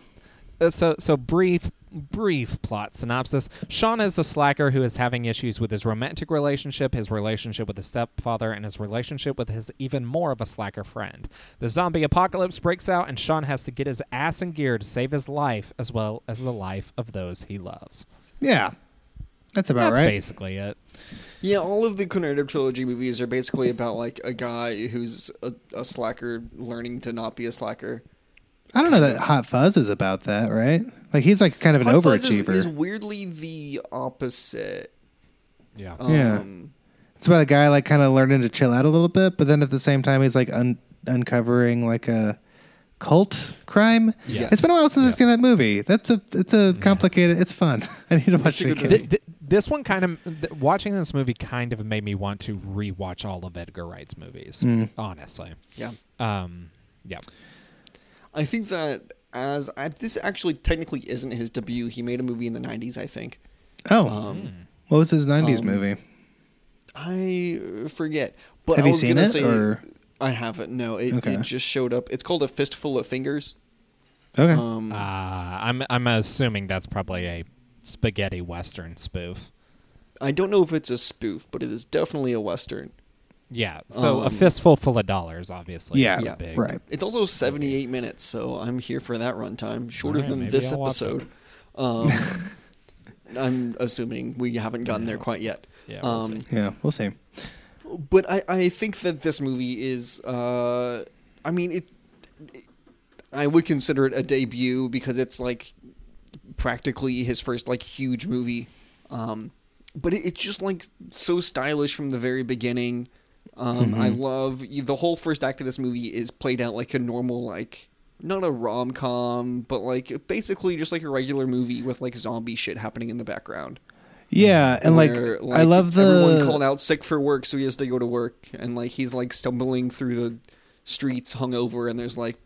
uh, so so brief brief plot synopsis sean is a slacker who is having issues with his romantic relationship his relationship with his stepfather and his relationship with his even more of a slacker friend the zombie apocalypse breaks out and sean has to get his ass in gear to save his life as well as the life of those he loves yeah. That's about that's right. basically it Yeah, all of the Conradob trilogy movies are basically about like a guy who's a, a slacker learning to not be a slacker. I don't know that Hot Fuzz is about that, right? Like he's like kind of an Hot Fuzz is- overachiever. is, weirdly the opposite. yeah Um, Yeah. it's about a guy like kind of learning to chill out a little bit, but then at the same time he's like un- uncovering like a cult crime. Yes. It's been a while since I've Yes. seen that movie. That's a it's a complicated. It's fun. (laughs) I need to watch a it good again. movie. Th- th- this one kind of th- watching this movie kind of made me want to rewatch all of Edgar Wright's movies. Honestly, yeah. um, yeah, I think that as I, this actually technically isn't his debut. He made a movie in the '90s, I think. oh, Hmm. Um, what was his '90s um, movie? I forget. But Have I you was seen gonna it, Say, or- I haven't. No, it, Okay. it just showed up. It's called A Fistful of Fingers. Okay, Um, uh, I'm I'm assuming that's probably a spaghetti western spoof. I don't know if it's a spoof, but it is definitely a western. Yeah, so a Um, fistful full of dollars, obviously. is yeah, the yeah, big- right. It's also 78 minutes, so I'm here for that runtime. Shorter Alright, than maybe this I'll watch episode. (laughs) Um, I'm assuming we haven't gotten there quite yet. Yeah, we'll um, Yeah, we'll see. But I, I think that this movie is. Uh, I mean, it, it. I would consider it a debut because it's like practically his first like huge movie. Um, but it, it's just like so stylish from the very beginning. Um, I love the whole first act of this movie is played out like a normal like not a rom com, but like basically just like a regular movie with like zombie shit happening in the background. Yeah, and like, Where, I love the everyone called out sick for work, so he has to go to work, and like he's like stumbling through the streets hungover, and there's like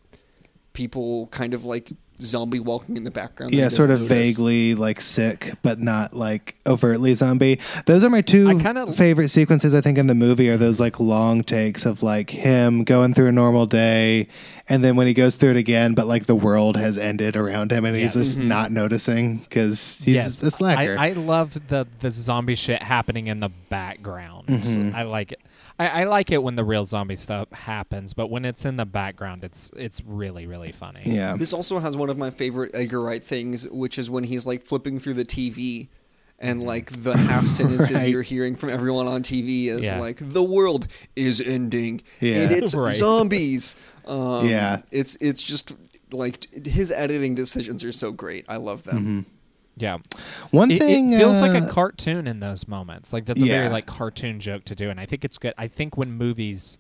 people kind of like zombie walking in the background. that he Yeah, doesn't sort of notice. vaguely like sick, but not like overtly zombie. Those are my 2 I kinda- favorite sequences I think in the movie are those like long takes of like him going through a normal day and then when he goes through it again, but like the world has ended around him and Yes. he's Mm-hmm. just not noticing because he's a slacker. I, I love the the zombie shit happening in the background. Mm-hmm. I like it. I, I like it when the real zombie stuff happens, but when it's in the background, it's it's really really funny. yeah. This also has one of my favorite Edgar Wright things, which is when he's like flipping through the TV and like the half sentences Right. you're hearing from everyone on TV is Yeah. like the world is ending Yeah. and it's Right. zombies. Um, Yeah. it's it's just like his editing decisions are so great. I love them. yeah. One It, it thing feels uh, like a cartoon in those moments. Like that's a Yeah. very like cartoon joke to do, and I think it's good. I think when movies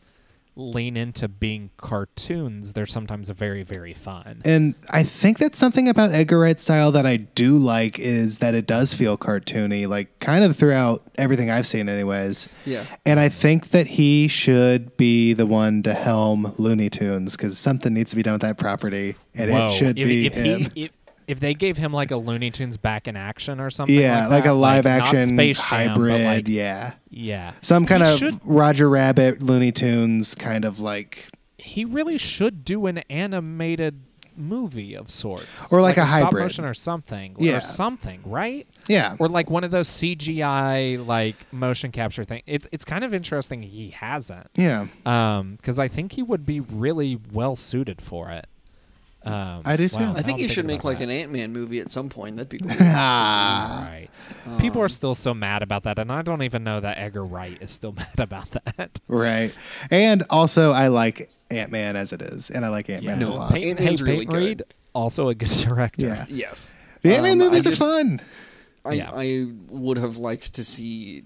lean into being cartoons, they're sometimes very very fun. And I think that's something about Edgar Wright's style that I do like is that it does feel cartoony, like kind of throughout everything I've seen, anyways. Yeah. And I think that he should be the one to helm Looney Tunes because something needs to be done with that property, and Whoa. it should if, be if (laughs) him. He, if, if they gave him like a Looney Tunes back in action or something, yeah, like, like, that, a live like, not action Space Jam, but, hybrid. like, yeah. yeah, Some kind He of should- Roger Rabbit, Looney Tunes kind of like he really should do an animated movie of sorts, Or like a stop hybrid. motion or something, Yeah. or something, right? Yeah. or like one of those CGI like motion capture thing. It's it's kind of interesting he hasn't, yeah. um, because I think he would be really well suited for it. Um, I do too. wow, I now I think I'm you should thinking make about like that. an Ant Man movie at some point. That'd be cool. Ah. Right. People are still so mad about that, and I don't even know that Edgar Wright is still (laughs) mad about that. Right. And also, I like Ant Man as it is, and I like Ant Man Yeah. a No, lot. Peyton hey, Reed's really Peyton good. Reed, also a good (laughs) director. Yeah. yes. The Ant Man Um, I movies are just- fun. I, Yeah. I would have liked to see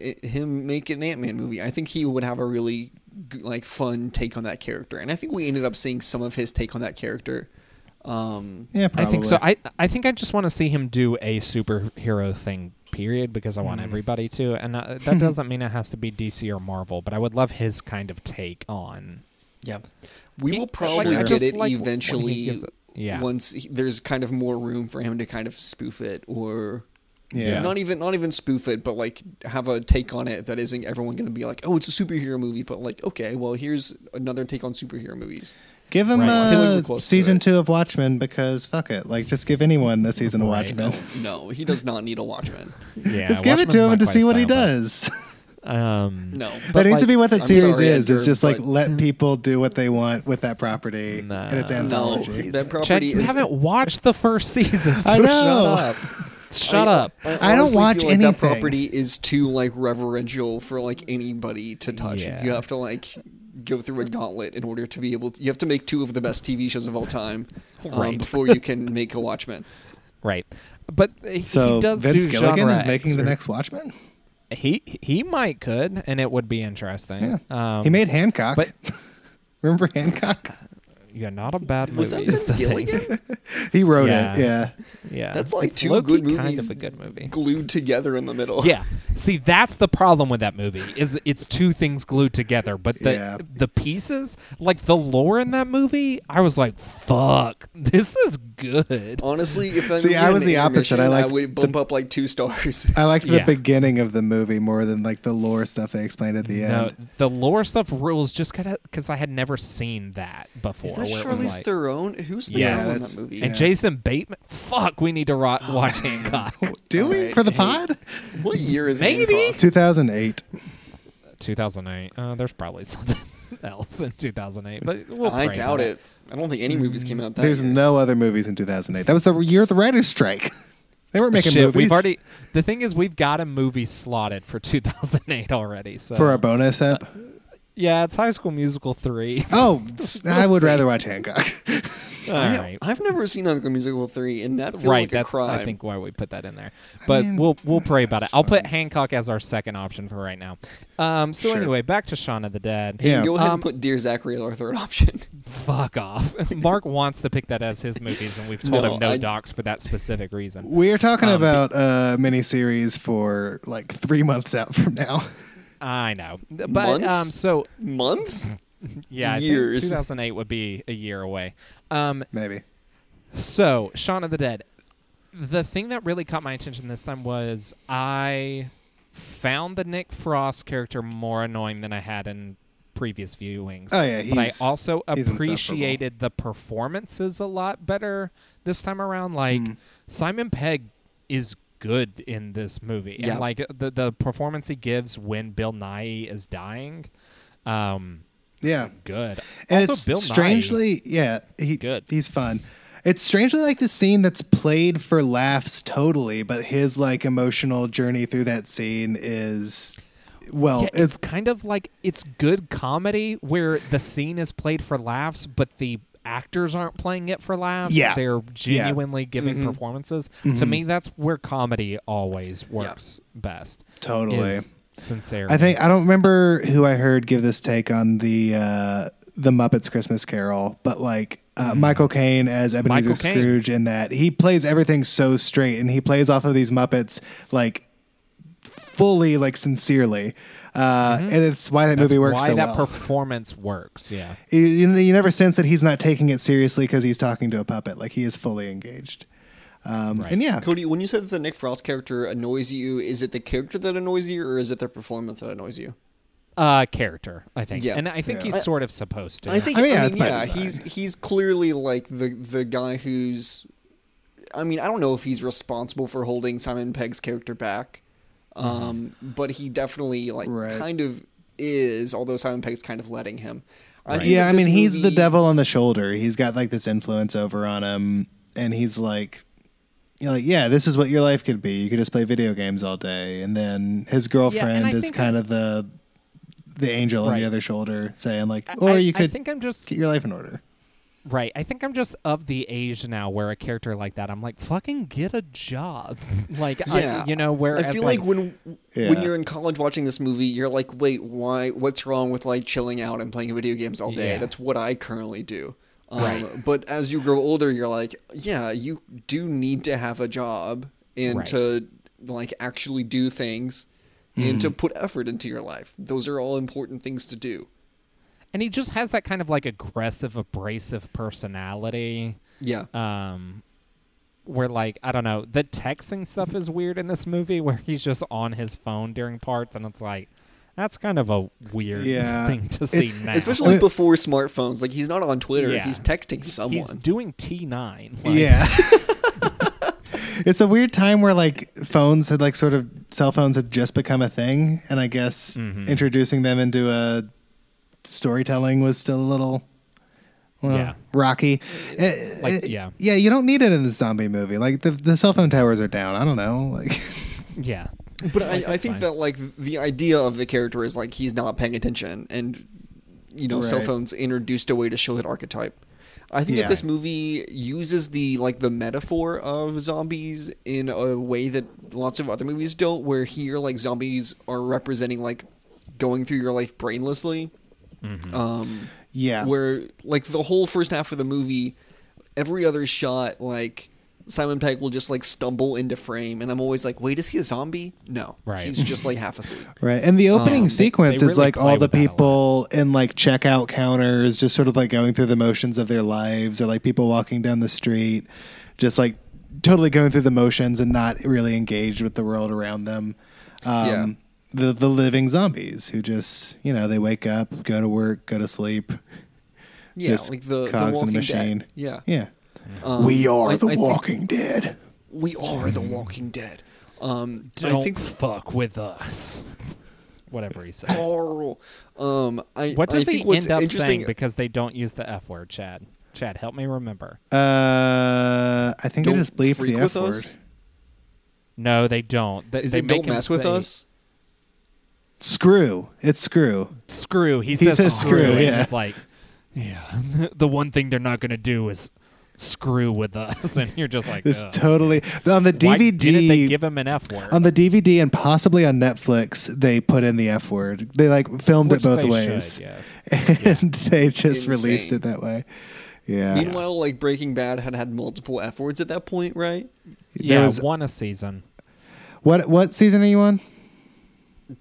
i- him make an Ant Man movie. I think he would have a really g- like fun take on that character, and I think we ended up seeing some of his take on that character. Um, Yeah, I think so. I I think I just want to see him do a superhero thing. Period, because I want Mm. everybody to, and (laughs) uh, that doesn't mean it has to be DC or Marvel, but I would love his kind of take on. yeah, we He- will like, probably I get just it like when he eventually. gives it- (laughs) yeah. once he, there's kind of more room for him to kind of spoof it or. Yeah. Not even not even spoof it, but like have a take on it that isn't everyone going to be like, oh, it's a superhero movie, but like, okay, well, here's another take on superhero movies. Give him Right. I feel like we're uh, close to season it. two of Watchmen because fuck it, like just give anyone a season of Right. Watchmen. No, he does not need a Watchman. Yeah, Just give it to him to see what (laughs) he does. Um, No, that needs to like- be what that I'm series sorry, is. It's Edgar, just like but- let people do what they want with that property (laughs) Nah. and its No. no, anthology. that Chad, property you is. haven't watched the first season. So (laughs) I know. Shut up. Shut I- up. I, I don't honestly watch feel like anything. That property is too like reverential for like anybody to touch. Yeah. You have to like go through a gauntlet in order to be able. To, you have to make two of the best TV shows of all time um, Right. (laughs) before you can make a Watchmen. Right, but uh, he, So he does Vince do Gilligan genre is making the expert- next Watchmen. He he might could, and it would be interesting. Yeah, Um, he made Hancock. but- (laughs) Remember Hancock? Yeah, not a bad movie. Was that is Vince (laughs) the thing. Gilligan? He wrote Yeah. it. Yeah, Yeah, That's like It's two low-key good Kind movies of a (laughs) good movie. Glued together in the middle. yeah. See, that's the problem with that movie is it's two things glued together, but the Yeah. the pieces, like the lore in that movie, I was like, "Fuck, this is good." Honestly, if that See, movie I had was an the opposite. intermission, I I liked would bump up like two (laughs) stars. I liked the Yeah. beginning of the movie more than like the lore stuff they explained at the No, end. the lore stuff rules just kind of because I had never seen that before. Is that where it Charlize was like, Theron? Who's the Yeah, girl in that's- that movie? Oh, and Yeah. Jason Bateman. Fuck, we need to ro- watch Hancock. (laughs) Do we Alright, for the hey. pod? What year is Maybe. Hancock? 2008. 2008. Uh, there's probably something (laughs) else in 2008, but we'll I pray doubt for it. I don't think any movies came out that There's year. no other movies in 2008. That was the year of the writers' strike. (laughs) they weren't making Shit, movies. we've already. The thing is, we've got a movie slotted for (laughs) 2008 already. So for a bonus app. Uh, yeah, it's High School Musical three. (laughs) Oh, s- I would see. rather watch Hancock. (laughs) All I, right, I've never seen High School Musical three, and that feels right. like a that's crime. I think why we put that in there. But mean, we'll we'll pray about it. that's I'll put fine. Hancock as our second option for right now. Um. So Sure. anyway, back to Shaun of the Dead. Yeah. Go ahead Um, and put Dear Zachary as our third (laughs) option. (laughs) Fuck off. (laughs) Mark wants to pick that as his movies, and we've told No, him no I- docs for that specific reason. We're talking Um, about a miniseries for like three months out from now. (laughs) I know, but Months? um. So Months? (laughs) yeah, I think Years. 2008 would be a year away. Um. Maybe. So, Shaun of the Dead. The thing that really caught my attention this time was I found the Nick Frost character more annoying than I had in previous viewings. Oh, yeah, but I he's- also he's insufferable. appreciated the performances a lot better this time around. Like Mm. Simon Pegg is good in this movie, Yeah. and like the the performance he gives when Bill Nye is dying, um, Yeah. good. and also, it's Bill Nye, strangely yeah he Good. he's fun it's strangely like the scene that's played for laughs totally but his like emotional journey through that scene is well Yeah, it's Oh, it's kind of like it's good comedy where the scene is played for laughs, but the actors aren't playing it for laughs. Yeah. Mm-hmm. They're genuinely giving performances. To me, that's where comedy always works best. Totally. Is sincerity. i think i don't remember who i heard give this take on the uh the muppets christmas carol but like uh, Michael Caine as Ebenezer Mm-hmm. Michael Caine. Scrooge in that he plays everything so straight and he plays off of these Muppets like fully like sincerely uh, and it's why that movie works Mm-hmm. why so that well. performance works. Yeah. you, you you never sense that he's not taking it seriously because he's talking to a puppet. Like he is fully engaged. Um, And yeah, Cody, when you said that the Nick Frost character annoys you, is it the character that annoys you, or is it their performance that annoys you? Uh, character, I think. Yeah. And I think Yeah. he's sort of supposed to. I think. I mean, yeah, yeah, it's by design. he's he's clearly like the the guy who's. I mean, I don't know if he's responsible for holding Simon Pegg's character back, um, but he definitely like Mm-hmm. Right. kind of is. Although Simon Pegg's kind of letting him. I think yeah. that I mean, this he's the movie- devil on the shoulder. He's got like this influence over on him, and he's like, you're like, yeah, this is what your life could be. You could just play video games all day, and then his girlfriend I is think kind of the the angel on Right. the other shoulder, saying like, I- or I- you I could think I'm just get your life in order. Right. I think I'm just of the age now where a character like that, I'm like, fucking get a job. (laughs) like, Yeah. I, you know, whereas I feel like, when when Yeah. you're in college watching this movie, you're like, wait, why? What's wrong with like chilling out and playing video games all day? Yeah. That's what I currently do. Um, (laughs) But as you grow older, you're like, yeah, you do need to have a job and Right. to like actually do things and to put effort into your life. Those are all important things to do. and he just has that kind of like aggressive, abrasive personality. Yeah. Um, where like I don't know, the texting stuff is weird in this movie, (laughs) where he's just on his phone during parts, and it's like, that's kind of a weird Yeah. (laughs) thing to see now. Especially before smartphones, like he's not on Twitter; Yeah. he's texting someone. (laughs) he's doing T nine. (laughs) yeah. (laughs) it's a weird time where like phones had like sort of cell phones had just become a thing, and I guess Mm-hmm. introducing them into a storytelling was still a little. Well, Yeah. rocky. Eh, Like, eh, yeah. yeah. You don't need it in the zombie movie. Like the the cell phone towers are down. I don't know. Like, (laughs) yeah. But I, I think fine. that like the idea of the character is like he's not paying attention, and you know, cell Right. phones introduced a way to show that archetype. I think Yeah. that this movie uses the like the metaphor of zombies in a way that lots of other movies don't. Where here, like zombies are representing like going through your life brainlessly. Mm-hmm. Um, yeah. where like the whole first half of the movie, every other shot, like Simon Pegg will just like stumble into frame, and I'm always like, wait, is he a zombie? No, Right. He's just like half (laughs) asleep. Right. And the Um, opening sequence they is really like play all the with that a lot. people in like checkout counters just sort of like going through the motions of their lives or like people walking down the street just like totally going through the motions and not really engaged with the world around them. Um the the living zombies who just, you know, they wake up, go to work, go to sleep. Yeah, just like the, the cogs Walking in a machine. Dead. Yeah, Yeah. Um, we are I- the I think- walking dead. we are the Walking Dead. Um, Don't I think fuck with us. (laughs) Whatever he says. Carl. Um, I What I does think he what's end up interesting, saying because they don't use the F word, Chad? Chad, help me remember. Uh I think Don't they just bleeped freak the with F word. us? No, they don't. They, Is they it make don't him mess with say- us? Screw. It's screw. Screw. He, He says, says screw. screw, and yeah. It's like, yeah. (laughs) The one thing they're not going to do is screw with us, (laughs) and you're just like, It's "Ugh. totally on the DVD. Why didn't they give him an F word? on the DVD and possibly on Netflix, they put in the F word. They like filmed Which it both they ways, (laughs) Should, yeah. and they just Insane. released it that way. Yeah, Meanwhile, like Breaking Bad had had multiple F words at that point, right? there yeah, was one a season. what what season are you on?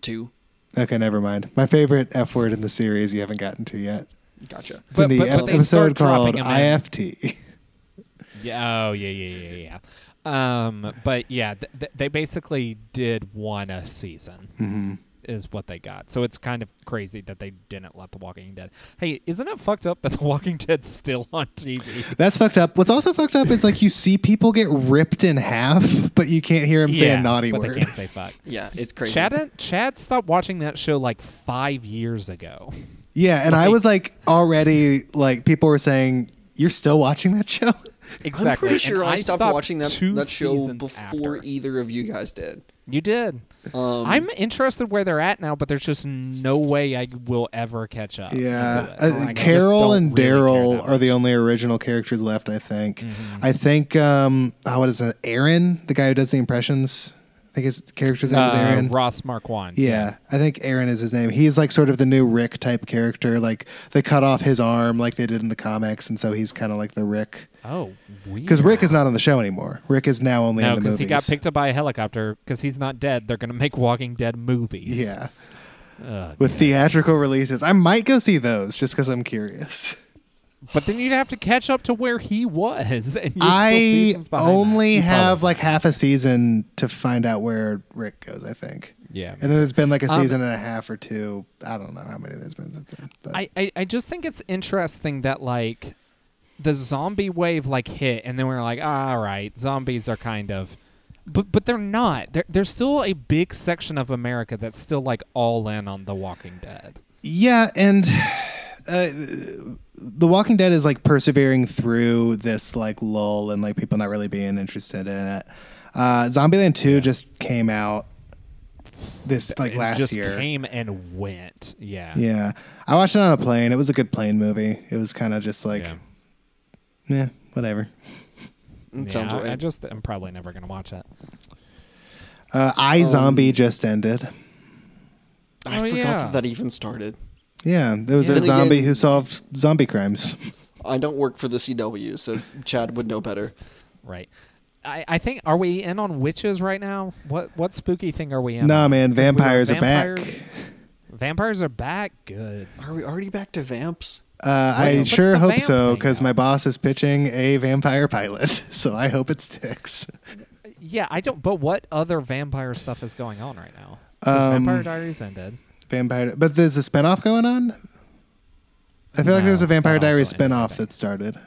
Two. Okay, never mind. My favorite F word in the series you haven't gotten to yet. Gotcha. It's in But- the but- ep- but they episode start dropping called 'em in. IFT. Yeah. Oh, yeah, yeah, yeah, yeah. Um, but yeah, th- th- they basically did one a season, Mm-hmm. is what they got. So it's kind of crazy that they didn't let The Walking Dead. Hey, isn't it fucked up that The Walking Dead's still on TV? (laughs) That's fucked up. What's also fucked up is like you see people get ripped in half, but you can't hear them say a naughty but word. they can't say fuck. Yeah, it's crazy. Chad, Chad stopped watching that show like five years ago. (laughs) Yeah, and I Like- was like already like people were saying you're still watching that Oh, show. (laughs) Exactly. I'm pretty and sure I, stopped, watching that two that show seasons before after. either of you guys did. You did. Um, I'm interested where they're at now, but there's just no way I will ever catch up. Yeah, to it. Like, uh, I just Carol don't and really care that Daryl are the much. Mm-hmm. only original characters left. I think. I think. Um, oh, what is it? Aaron, the guy who does the impressions. I think his character's name is Uh, Aaron. Ross Marquand. Yeah, I think Aaron is his name. He's like sort of the new Rick type character. Like they cut off his arm, like they did in the comics, and so he's kind of like the Rick. Oh, weird. Because Rick is not on the show anymore. Rick is now only no, in the because he movies. got picked up by a helicopter. Because he's not dead, they're gonna make Walking Dead movies. Yeah, Ugh. with theatrical releases. I might go see those just because I'm curious. but then you'd have to catch up to where he was, and you're still I seasons behind that. only You probably- have like half a season to find out where Rick goes. I think. Yeah. And then there's been like a Um, season and a half or two. I don't know how many there's been since then. But I, I, I just think it's interesting that like the zombie wave like hit and then we are like all right zombies are kind of but but they're not There there's still a big section of america that's still like all in on the walking dead Yeah, and uh, The Walking Dead is like persevering through this like lull and like people not really being interested in it. Uh, Zombieland Two just came out this like It last just year. came and went yeah Yeah, I watched it on a plane. It was a good plane movie. It was kind of just like, Yeah. yeah, whatever. it Yeah, sounds I- right. I just am probably never gonna watch it. Uh, I Um, Zombie just ended. I Oh, forgot yeah. that that even started. Yeah, there was Yeah. a Then zombie again- who solved zombie crimes. I don't work for the CW, so Chad would know better. Right. I, I think are we in on witches right now? What what spooky thing are we in? nah, on? man, 'Cause we were vampires are back. vampires- Vampires are back. Good. Are we already back to vamps? Uh, Wait, I what's sure the hope vamp so thing because about? my boss is pitching a vampire pilot, (laughs) so I hope it sticks. Yeah, I don't. But what other vampire stuff is going on right now? 'Cause Um, vampire Diaries ended. Vampire, but there's a spinoff going on. I feel like No, there's a Vampire that also Diaries ended, I spinoff think. that started.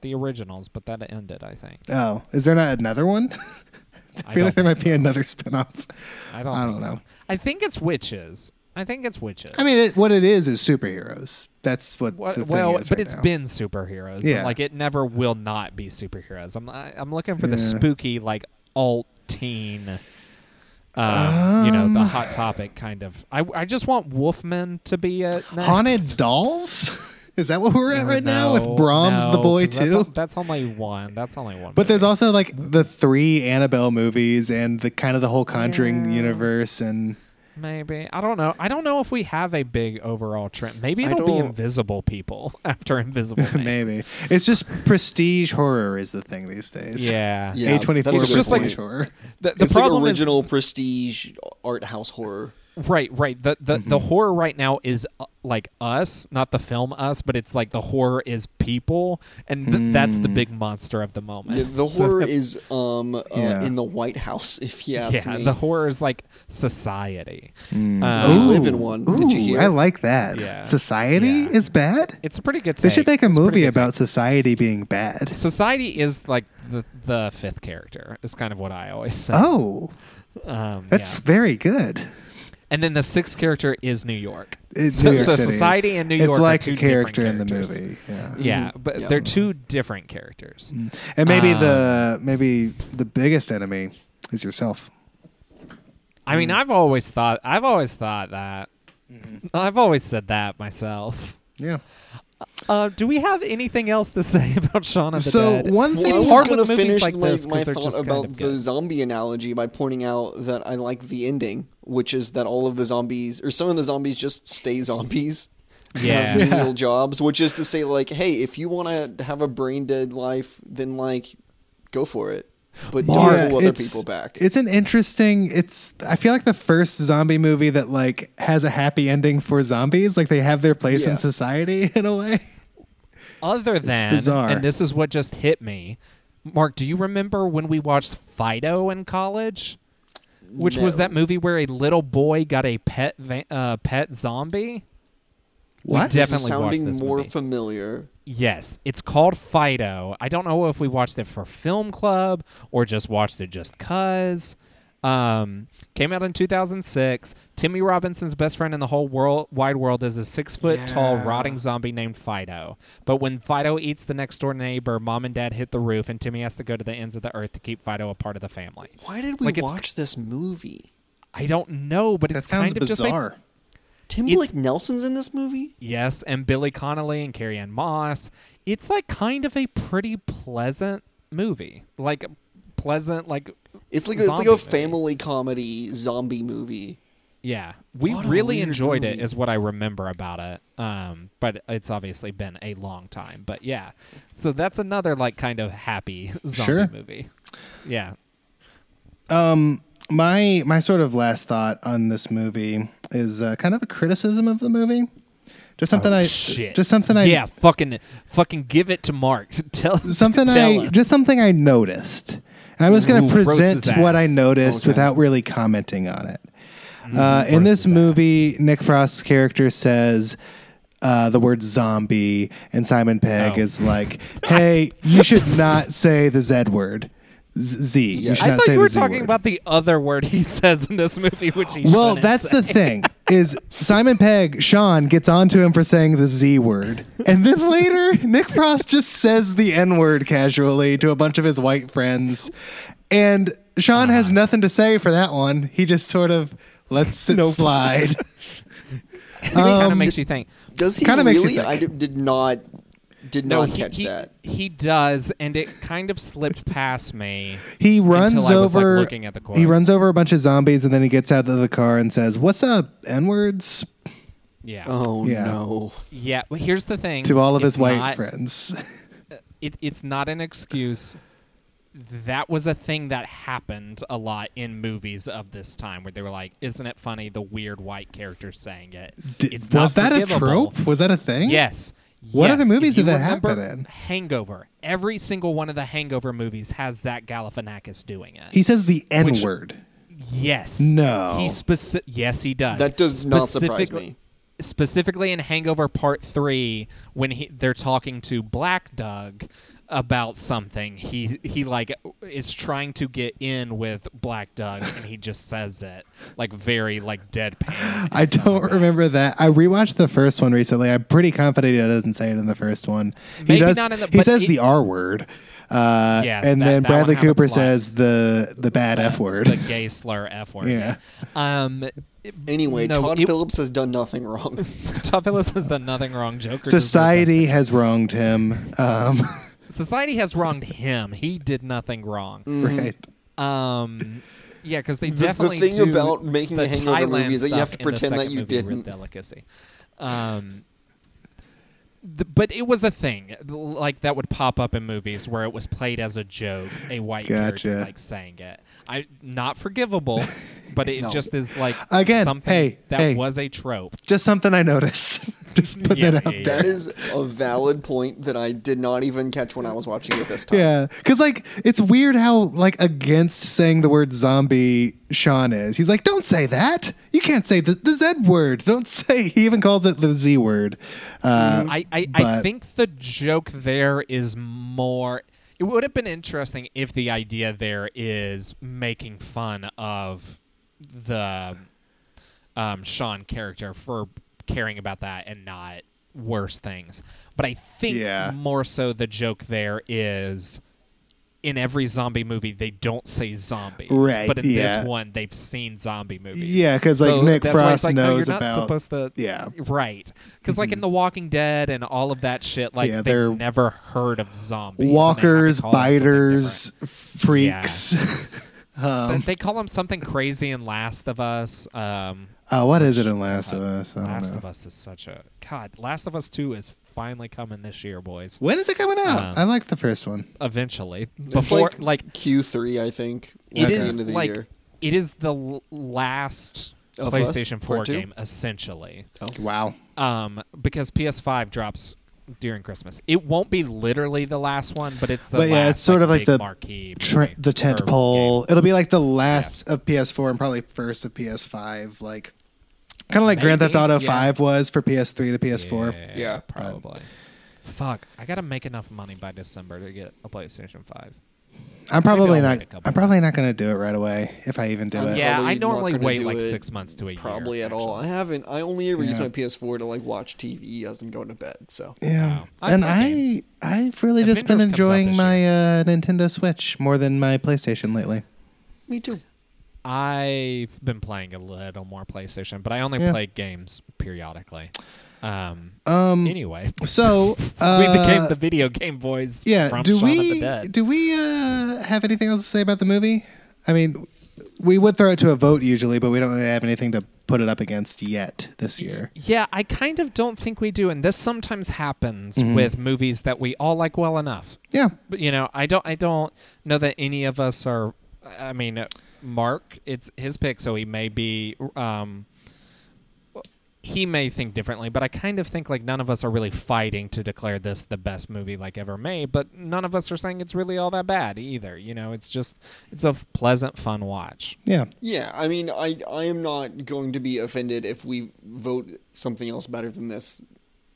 The originals, but that ended. I think. Oh, is there not another one? (laughs) I feel like there don't might think be so. another spinoff. I don't. I think don't so. know. I think it's witches. I think it's witches. I mean, it, what it is is superheroes. That's what. What- the thing well, is but right it's now. been superheroes. and, Yeah. like it never will not be superheroes. I'm I, I'm looking for the Yeah. spooky like alt teen. Um, you know the Um, hot topic kind of. I, I just want Wolfman to be it. Next. Uh, haunted dolls. (laughs) Is that what we're at right now with No, Brahms the no, boy 'cause that's too? o- That's, only one. That's only one. But there's movie. also like the three Annabelle movies and the kind of the whole Conjuring Yeah. (laughs) universe and Maybe I don't know. I don't know if we have a big overall trend. Maybe I it'll be don't- Invisible People (laughs) after (laughs) Invisible Man. maybe it's just prestige horror is the thing these days. Yeah. Yeah. A twenty four that's a prestige good point. horror. The, the it's problem like original prestige art house (laughs) horror. is right, right. The the, the Mm-hmm. horror right now is uh, like us, not the film us, but it's like the horror is people, and th- that's Hmm. the big monster of the moment. Yeah, (laughs) the So- horror is um uh, Yeah. in the White House, if you ask yeah, me. the horror is like society. we Um, live in one. Did you Hmm. Ooh, hear? I like that. Yeah. Society Yeah. is bad. it's a pretty good. Take. They should make a It's pretty movie good take. about society being bad. society. Is like the the fifth character is kind of what I always say. Oh, um, that's yeah. very good. And then the sixth character is New York. It's so, New York so City. society and New It's York. like are two a character in different the characters. movie. Mm-hmm. Yeah. Mm-hmm. Yeah, but Yeah. they're two different characters. And maybe Um, the maybe the biggest enemy is yourself. I mean, I've always thought, I've always thought that, Mm-hmm. I've always said that myself. Yeah. Uh, do we have anything else to (laughs) say about Shaun of the So, Dead? one thing- Well, it's I hard was gonna with movies finish like my, this 'cause my they're thought just kind about of the good. zombie analogy by pointing out that I like the ending, which is that all of the zombies or some of the zombies just stay zombies. and have Yeah. (laughs) menial jobs, which is to say, like, hey, if you want to have a brain dead life, then like, go for it, but Mark, don't hold other it's- people back. It's an interesting. It's I feel like the first zombie movie that like has a happy ending for zombies. Like they have their place (laughs) Yeah. in society in a way. Other than, bizarre. and this is what just hit me, Mark. Do you remember when we watched Fido in college? Which was No. that movie where a little boy got a pet va- uh, pet zombie? What? def- This is Definitely sounding watch this more movie. familiar. Yes, it's called Fido. I don't know if we watched it for film club or just watched it just cuz. Um, came out in 2006. Timmy Robinson's best friend in the whole world, wide world, is a six foot tall Yeah. rotting zombie named Fido. But when Fido eats the next door neighbor, mom and dad hit the roof, and Timmy has to go to the ends of the earth to keep Fido a part of the family. Why did we Like, it's- watch this movie? I don't know, but That it's sounds kind of just like bizarre. Tim It's- Blake Nelson's in this movie? Yes, and Billy Connolly and Carrie Ann Moss. It's like kind of a pretty pleasant movie. Like pleasant, like It's like it's like Zombie a movie. family comedy zombie movie. yeah. We What a really weird enjoyed it movie. is what I remember about it. Um, but it's obviously been a long time. But yeah. So that's another like kind of happy zombie Sure. movie. Yeah. um, my my sort of last thought on this movie is uh, kind of a criticism of the movie. Just something Oh, I shit. just something I Yeah, fucking fucking give it to Mark. (laughs) Tell something tell I him. just something I noticed. And I'm just going Ooh, to roast present his what I ass. noticed Okay. without really commenting on it. Uh, in roast this his ass. movie, Nick Frost's character says uh, the word zombie, and Simon Pegg Oh. is like, "Hey, you should not say the Z word, Z. Z. You Yes. should I not thought say you were the Z talking word." about the other word he (laughs) says in this movie, which he Well, shouldn't that's say. the thing is Simon Pegg, Sean gets onto him for saying the Z word, and then later Nick Frost just says the N word casually to a bunch of his white friends, and Sean has Uh-huh. nothing to say for that one. He just sort of lets it (laughs) slide. kind Um, of makes you think. Does he Kinda really? makes you think. I did, did not did No, not he, catch he, that. he does, and it kind of slipped past (laughs) me. He runs Until I was, like, over. looking at the he quotes. runs over a bunch of zombies, and then he gets out of the car and says, "What's up, N words?" Yeah, Oh Yeah. no. yeah. But here's the thing: to all of it's his white not- friends. It, it's not an excuse. That was a thing that happened a lot in movies of this time, where they were like, "Isn't it funny the weird white character saying it?" (laughs) Did- it's not was that a forgivable. trope? Was that a thing? Yes. What yes. other movies If you did that remember happen in? Hangover. Every single one of the Hangover movies has Zach Galifianakis doing it. He says the N Which- word. Yes. No. He speci- Yes, he does. That does not surprise Specifically- me. Specifically in Hangover Part Three, when he they're talking to Black Doug about something, he he like is trying to get in with Black Doug, and he just says it like very like deadpan. (laughs) I don't remember that. I rewatched the first one recently. I'm pretty confident he doesn't say it in the first one. he Maybe does. not in the- he but says it- the R word, uh, Yes, and that- then that one Bradley Cooper happens a lot. says the the (laughs) bad F word. The (laughs) gay slur F word. Yeah. Um. (laughs) Anyway, no, Todd it- Phillips has done nothing wrong. Todd Phillips has done nothing wrong. Joker. deserves Society has wronged him. Um, it. Society has wronged him. He did nothing Mm. wrong. (laughs) right. Um. Yeah, because they the definitely. thing do about making the a Hangover Thailand movie is that you have stuff to in the pretend that second you movie didn't. With delicacy. Um. the- but it was a thing, like that would pop up in movies where it was played as a joke, a white character Gotcha. like saying it. I not forgivable, but (laughs) it No. just is like Again, something hey, that hey. was a trope. Just something I noticed. (laughs) Just putting Yeah, it yeah, (laughs) out yeah. there. That is a valid point that I did not even catch when I was watching it this time. (laughs) Yeah, because like it's weird how like against saying the word zombie Sean is. He's like, don't say that. You can't say the, the Z word. Don't say. He even calls it the Z word. Uh, I, I, I but- think the joke there is more. It would have been interesting if the idea there is making fun of the um, Sean character for caring about that and not worse things. But I think Yeah. more so the joke there is in every zombie movie they don't say zombies, Right, But in yeah. this one they've seen zombie movies. Yeah, 'cause, like, So Nick that's why it's Frost like, no, knows you're not about- Supposed to, Yeah. Mm-hmm. Right. Because, like, in The Walking Dead and all of that shit, like, Yeah, they've they're- never heard of zombies. and they have to walkers, call them something biters, um, freaks. (laughs) different. They- they call them something crazy in Last of Us. Um, uh, what is it in Last of Us? I don't Last know. of Us is such a. God, Last of Us 2 is finally coming this year, boys. When is it coming out? Uh, I liked the first one. Eventually. It's Before, like, like, Q3, I think. it at the is end of the like. year. It is the l- last Of Us? PlayStation 4 Part two? oh. game, essentially. Wow. um, because PS5 drops during Christmas. It won't be literally the last one, but it's the But last, yeah, it's sort of like big the marquee Tr- movie the tent or pole. game. It'll be like the last of PS4 and probably first of PS5. Like kind of like Grand Maybe, Theft Auto yeah. 5 was for PS3 to PS4. Yeah, Yeah. probably. Fuck, I gotta make enough money by December to get a PlayStation Five. I'm Maybe I'll probably wait not. a couple I'm probably months. not gonna do it right away if I even do Um, it. yeah, I probably not normally gonna wait do like it six months to a year. Probably at all. I actually. haven't. I only ever use Yeah. my PS4 to like watch TV as I'm going to bed. So Yeah, Wow. Um, I and play I games. I've really just been Avengers comes out enjoying this my uh, Nintendo Switch more than my PlayStation lately. me too. I've been playing a little more PlayStation, but I only Yeah. play games periodically. Um. Um, anyway, so uh, (laughs) we became the video game boys. yeah. From Do Shaun of the we Dead. do we uh, have anything else to say about the movie? I mean, we would throw it to a vote usually, but we don't really have anything to put it up against yet this year. Yeah, I kind of don't think we do, and this sometimes happens with movies that we all like well enough. Yeah, But you know, I don't, I don't know that any of us are. I mean, uh, Mark, it's his pick, so he may be. Um, he may think differently, but I kind of think like none of us are really fighting to declare this the best movie like ever made. But none of us are saying it's really all that bad either. You know, it's just it's a f- pleasant, fun watch. yeah. Yeah, I mean, I I am not going to be offended if we vote something else better than this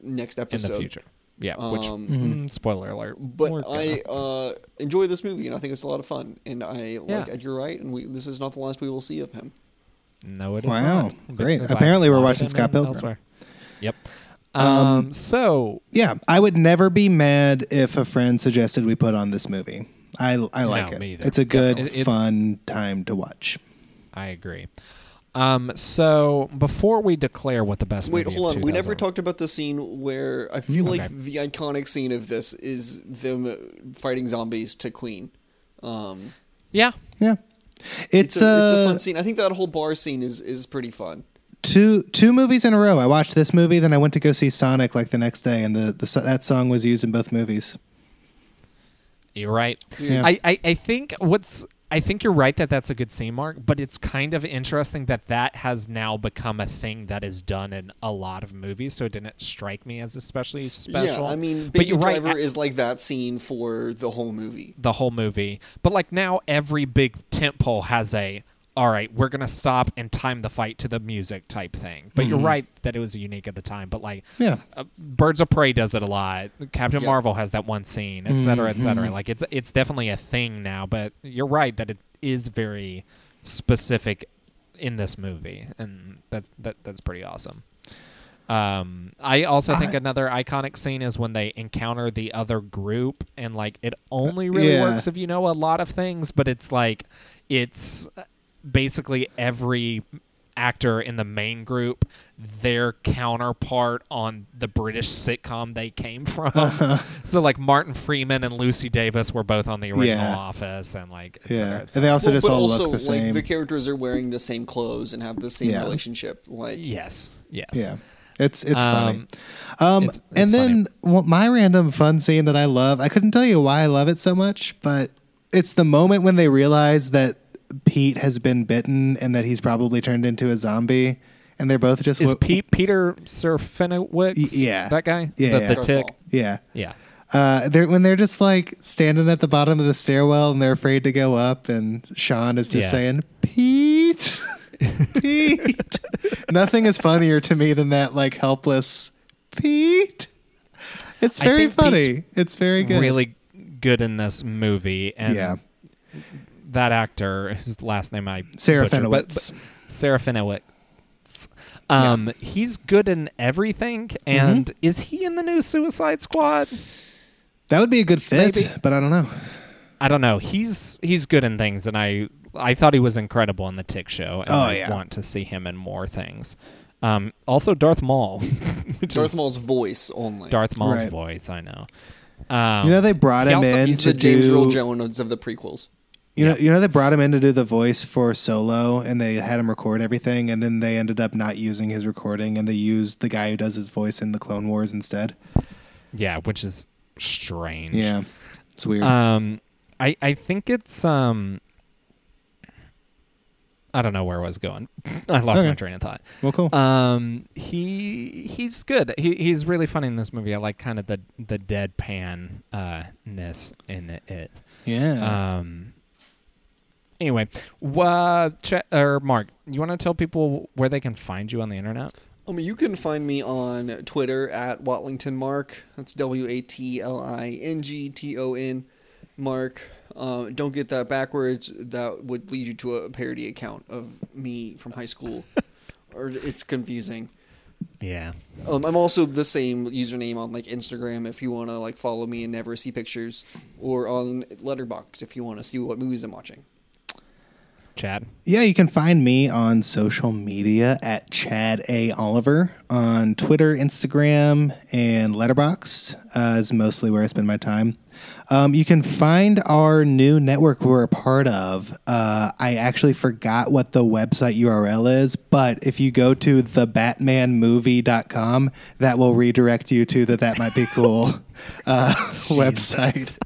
next in episode the future. Yeah, which Um, mm, spoiler alert. But we're gonna- I uh, enjoy this movie, and I think it's a lot of fun. And I like Yeah. Edgar Wright, and we, this is not the last we will see of him. no, it is Wow, not. great. because I Apparently we're slotted watching him Scott in Pilgrim. elsewhere. Yep. Um, Um, so Yeah, I would never be mad if a friend suggested we put on this movie. I I like me it. either. It's a good, Definitely. It- it's- fun time to watch. I agree. Um, so before we declare what the best Wait, movie hold of on. We never 2000 talked about the scene where I feel okay. like the iconic scene of this is them fighting zombies to Queen. Um, Yeah, Yeah, it's, it's, a, uh, it's a fun scene. I think that whole bar scene is is pretty fun. two two movies in a row. I watched this movie, then I went to go see Sonic like the next day, and the, the so- that song was used in both movies. you're right. Yeah. I, I I think what's I think you're right that that's a good scene mark, but it's kind of interesting that that has now become a thing that is done in a lot of movies. So it didn't strike me as especially special. Yeah, I mean, but Baby you're right. Driver is like that scene for the whole movie. the whole movie. But like now every big tentpole has a all right, we're gonna stop and time the fight to the music type thing. But you're right that it was unique at the time. But like, Yeah. uh, Birds of Prey does it a lot. Captain Yeah. Marvel has that one scene, et cetera, et cetera. Like it's it's definitely a thing now. But you're right that it is very specific in this movie, and that's that that's pretty awesome. Um, I also think another iconic scene is when they encounter the other group, and like it only really yeah. works if you know a lot of things. But it's like it's basically every actor in the main group, their counterpart on the British sitcom they came (laughs) from. (laughs) So like Martin Freeman and Lucy Davis were both on the original Yeah. Office, and like et Yeah, cetera, et and they cetera. also Well, just but all also, look the like same. the characters are wearing the same clothes and have the same Yeah. relationship. Like, yes, yes, yeah, it's it's funny. Um, Um, it's- it's and then well, my random fun scene that I love. I couldn't tell you why I love it so much, but it's the moment when they realize that Pete has been bitten and that he's probably turned into a zombie, and they're both just Is wo- Pete Peter Sir Fenwick? Y- yeah. that guy. the, Yeah, yeah. the tick. yeah. Yeah, Uh, they're when they're just like standing at the bottom of the stairwell and they're afraid to go up, and Sean is just Yeah. saying, (laughs) "Pete, Pete." Nothing is funnier to me than that like helpless Pete. It's I very think funny. Pete's it's very good. really good in this movie, and yeah. that actor whose last name I Sarah butcher, but- Fenowitz. but- Sarah Fenowitz. Um, he's good in everything, Mm-hmm. and is he in the new Suicide Squad? That would be a good fit, Maybe. but I don't know. I don't know. He's he's good in things, and I I thought he was incredible in the Tick Show, and Oh, I yeah. want to see him in more things. Um, also Darth Maul, (laughs) which Darth is Maul's voice only. Darth Maul's Right. voice. I know. Um, You know they brought he him also- in He's to the James do. Earl Jones of the prequels. You know, you know they brought him in to do the voice for Solo, and they had him record everything, and then they ended up not using his recording, and they used the guy who does his voice in the Clone Wars instead. yeah, which is strange. Yeah, Uh, it's weird. Um, I I think it's um. I don't know where I was going. (laughs) I lost my Okay. train of thought. Well, cool. Um, he he's good. He he's really funny in this movie. I like kind of the the deadpan uh ness in it. yeah. Um. Anyway, wha- Chet or Mark, you want to tell people where they can find you on the internet? I mean, you can find me on Twitter at Watlington Mark. That's W A T L I N G T O N Mark. Um, don't get that backwards. That would lead you to a parody account of me from high (laughs) school, or it's confusing. Yeah. Um, I'm also the same username on like Instagram if you want to like follow me and never see pictures, or on Letterbox if you want to see what movies I'm watching. Chad. Yeah, you can find me on social media at Chad A. Oliver on Twitter, Instagram, and Letterboxd uh, is mostly where I spend my time. Um, you can find our new network we're a part of. Uh, I actually forgot what the website URL is, but if you go to thebatmanmovie.com, that will redirect you to the That Might Be Cool uh, website.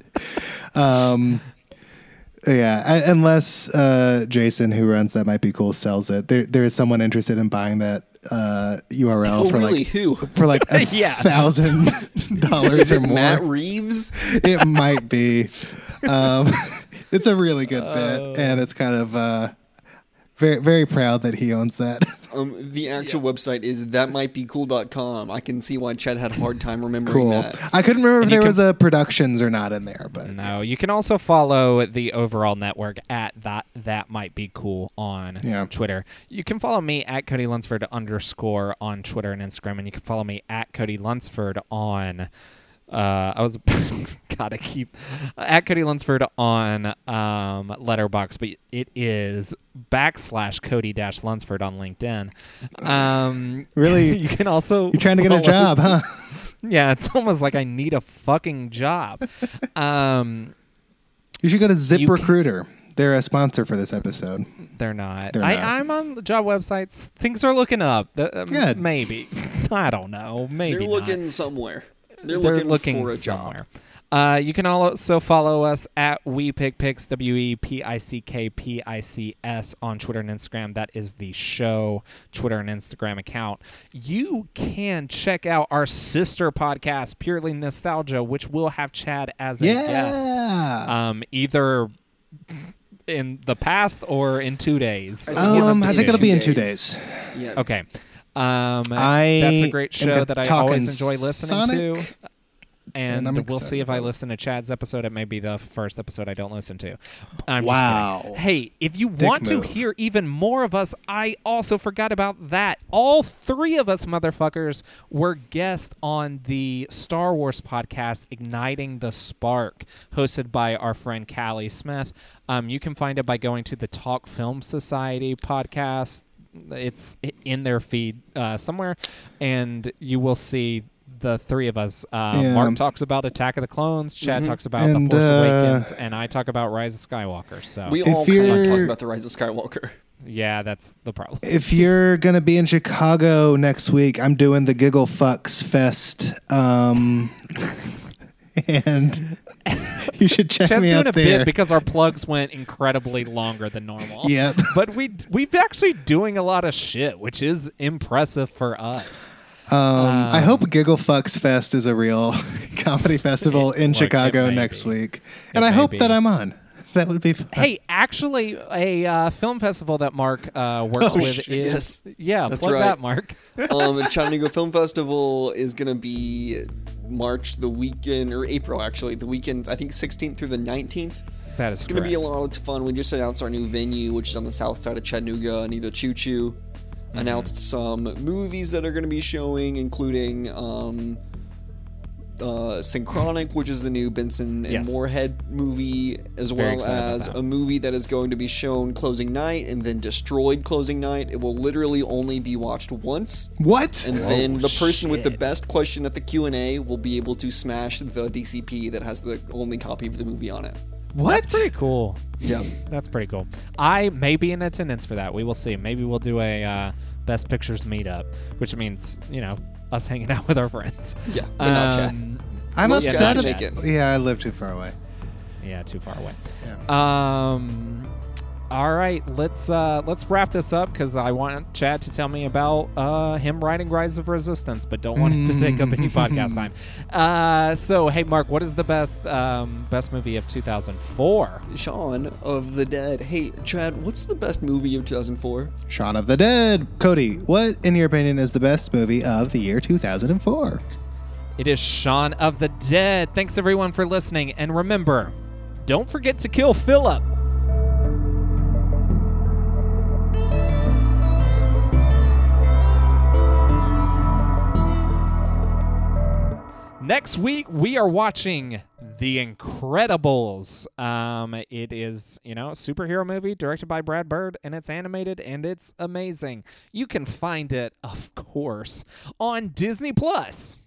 Um, yeah, I, unless uh, Jason, who runs that might be cool, sells it. There, there is someone interested in buying that uh, URL Oh, for really? like (laughs) Who? for like (laughs) a Yeah. thousand dollars or more. Matt (laughs) Reeves. it might be. Um, (laughs) it's a really good bit, and it's kind of uh, very very proud that he owns that. Um, the actual website is thatmightbecool.com. I can see why Chad had a hard time remembering cool. that. I couldn't remember if you there can- was a productions or not in there, but No, you can also follow the overall network at that that might be cool on Yeah. Twitter. You can follow me at Cody Lunsford underscore on Twitter and Instagram, and you can follow me at Cody Lunsford on. Uh, I was (laughs) gotta keep at Cody Lunsford on um, Letterbox, but it is backslash Cody dash Lunsford on LinkedIn. Um, (laughs) Really? (laughs) you can also you're trying to get a (laughs) (laughs) follow- job, huh? Yeah, it's almost like I need a fucking (laughs) job. Um, You should go to Zip You- Recruiter. They're a sponsor for this episode. They're not. They're I, not. I'm on the job websites. Things are looking up. The- um, (laughs) Good. Maybe. I don't know. Maybe They're not. looking somewhere. They're, They're looking, for a job. somewhere. Uh, you can also follow us at We Pick Picks W E P I C K P I C S on Twitter and Instagram. That is the show Twitter and Instagram account. You can check out our sister podcast, Purely Nostalgia, which will have Chad as a guest. Yeah. Um, either in the past or in two days. I think it's Um, I in think it'll two be in two days. days. Yeah. Okay. Um, I that's a great am show gonna that I talk always in enjoy listening Sonic, to. And, and I'm we'll see excited if I about it. listen to Chad's episode. It may be the first episode I don't listen to. I'm just Wow. kidding. hey, if you Dick want move. to hear even more of us, I also forgot about that. All three of us motherfuckers were guests on the Star Wars podcast, Igniting the Spark, hosted by our friend Callie Smith. Um, you can find it by going to the Talk Film Society podcast it's in their feed uh, somewhere, and you will see the three of us. Uh, Yeah. Mm-hmm. Mark talks about Attack of the Clones. Chad talks about And, The Force uh, Awakens, and I talk about Rise of Skywalker. So We If all kind of talk you're- about the rise of Skywalker. yeah, that's the problem. If you're gonna be in Chicago next week, I'm doing the Giggle Fucks Fest, um, (laughs) and you should check Chad's me doing out a there. bit because our plugs went incredibly longer (laughs) than normal. Yep. but we we've actually doing a lot of shit, which is impressive for us. um, uh, I hope Giggle Fucks Fest is a real (laughs) comedy festival in look, it Chicago may next be. week, It and I may hope be. that I'm on. That would be fun. Hey, actually, a uh, film festival that Mark uh, works Oh, with shit, yes. is yeah, That's plug right. that, Mark. um, the Chattanooga Film Festival is going to be March the weekend, or April actually, the weekend, I think 16th through the 19th. That is It's going to be a correct. lot of fun. We just announced our new venue, which is on the south side of Chattanooga, Nido Choo Choo. Mm-hmm. Announced some movies that are going to be showing, including um, uh, Synchronic, which is the new Benson and Yes. Moorhead movie, as Very well excited about as that. a movie that is going to be shown closing night and then destroyed closing night. It will literally only be watched once what? and then the person with the shit. best question at the Q&A will be able to smash the DCP that has the only copy of the movie on it. what? pretty cool. Yeah. That's pretty cool. I may be in attendance for that. We will see. Maybe we'll do a uh, best pictures meetup, which means you know us hanging out with our friends. Um, Yeah, but not Chad. I'm Most upset. guys ab- make it. Yeah, I live too far away. Yeah, too far away. Yeah. Um, All right, let's uh, let's wrap this up because I want Chad to tell me about uh, him writing Rise of Resistance, but don't want it to take up any podcast time. Uh, so, hey, Mark, what is the best um, best movie of 2004? Sean of the Dead. Hey, Chad, what's the best movie of 2004? Shaun of the Dead. Cody, what, in your opinion, is the best movie of the year 2004? It is Shaun of the Dead. Thanks everyone for listening, and remember, don't forget to kill Philip. Next week, we are watching The Incredibles. Um, it is, you know, a superhero movie directed by Brad Bird, and it's animated and it's amazing. You can find it, of course, on Disney Plus.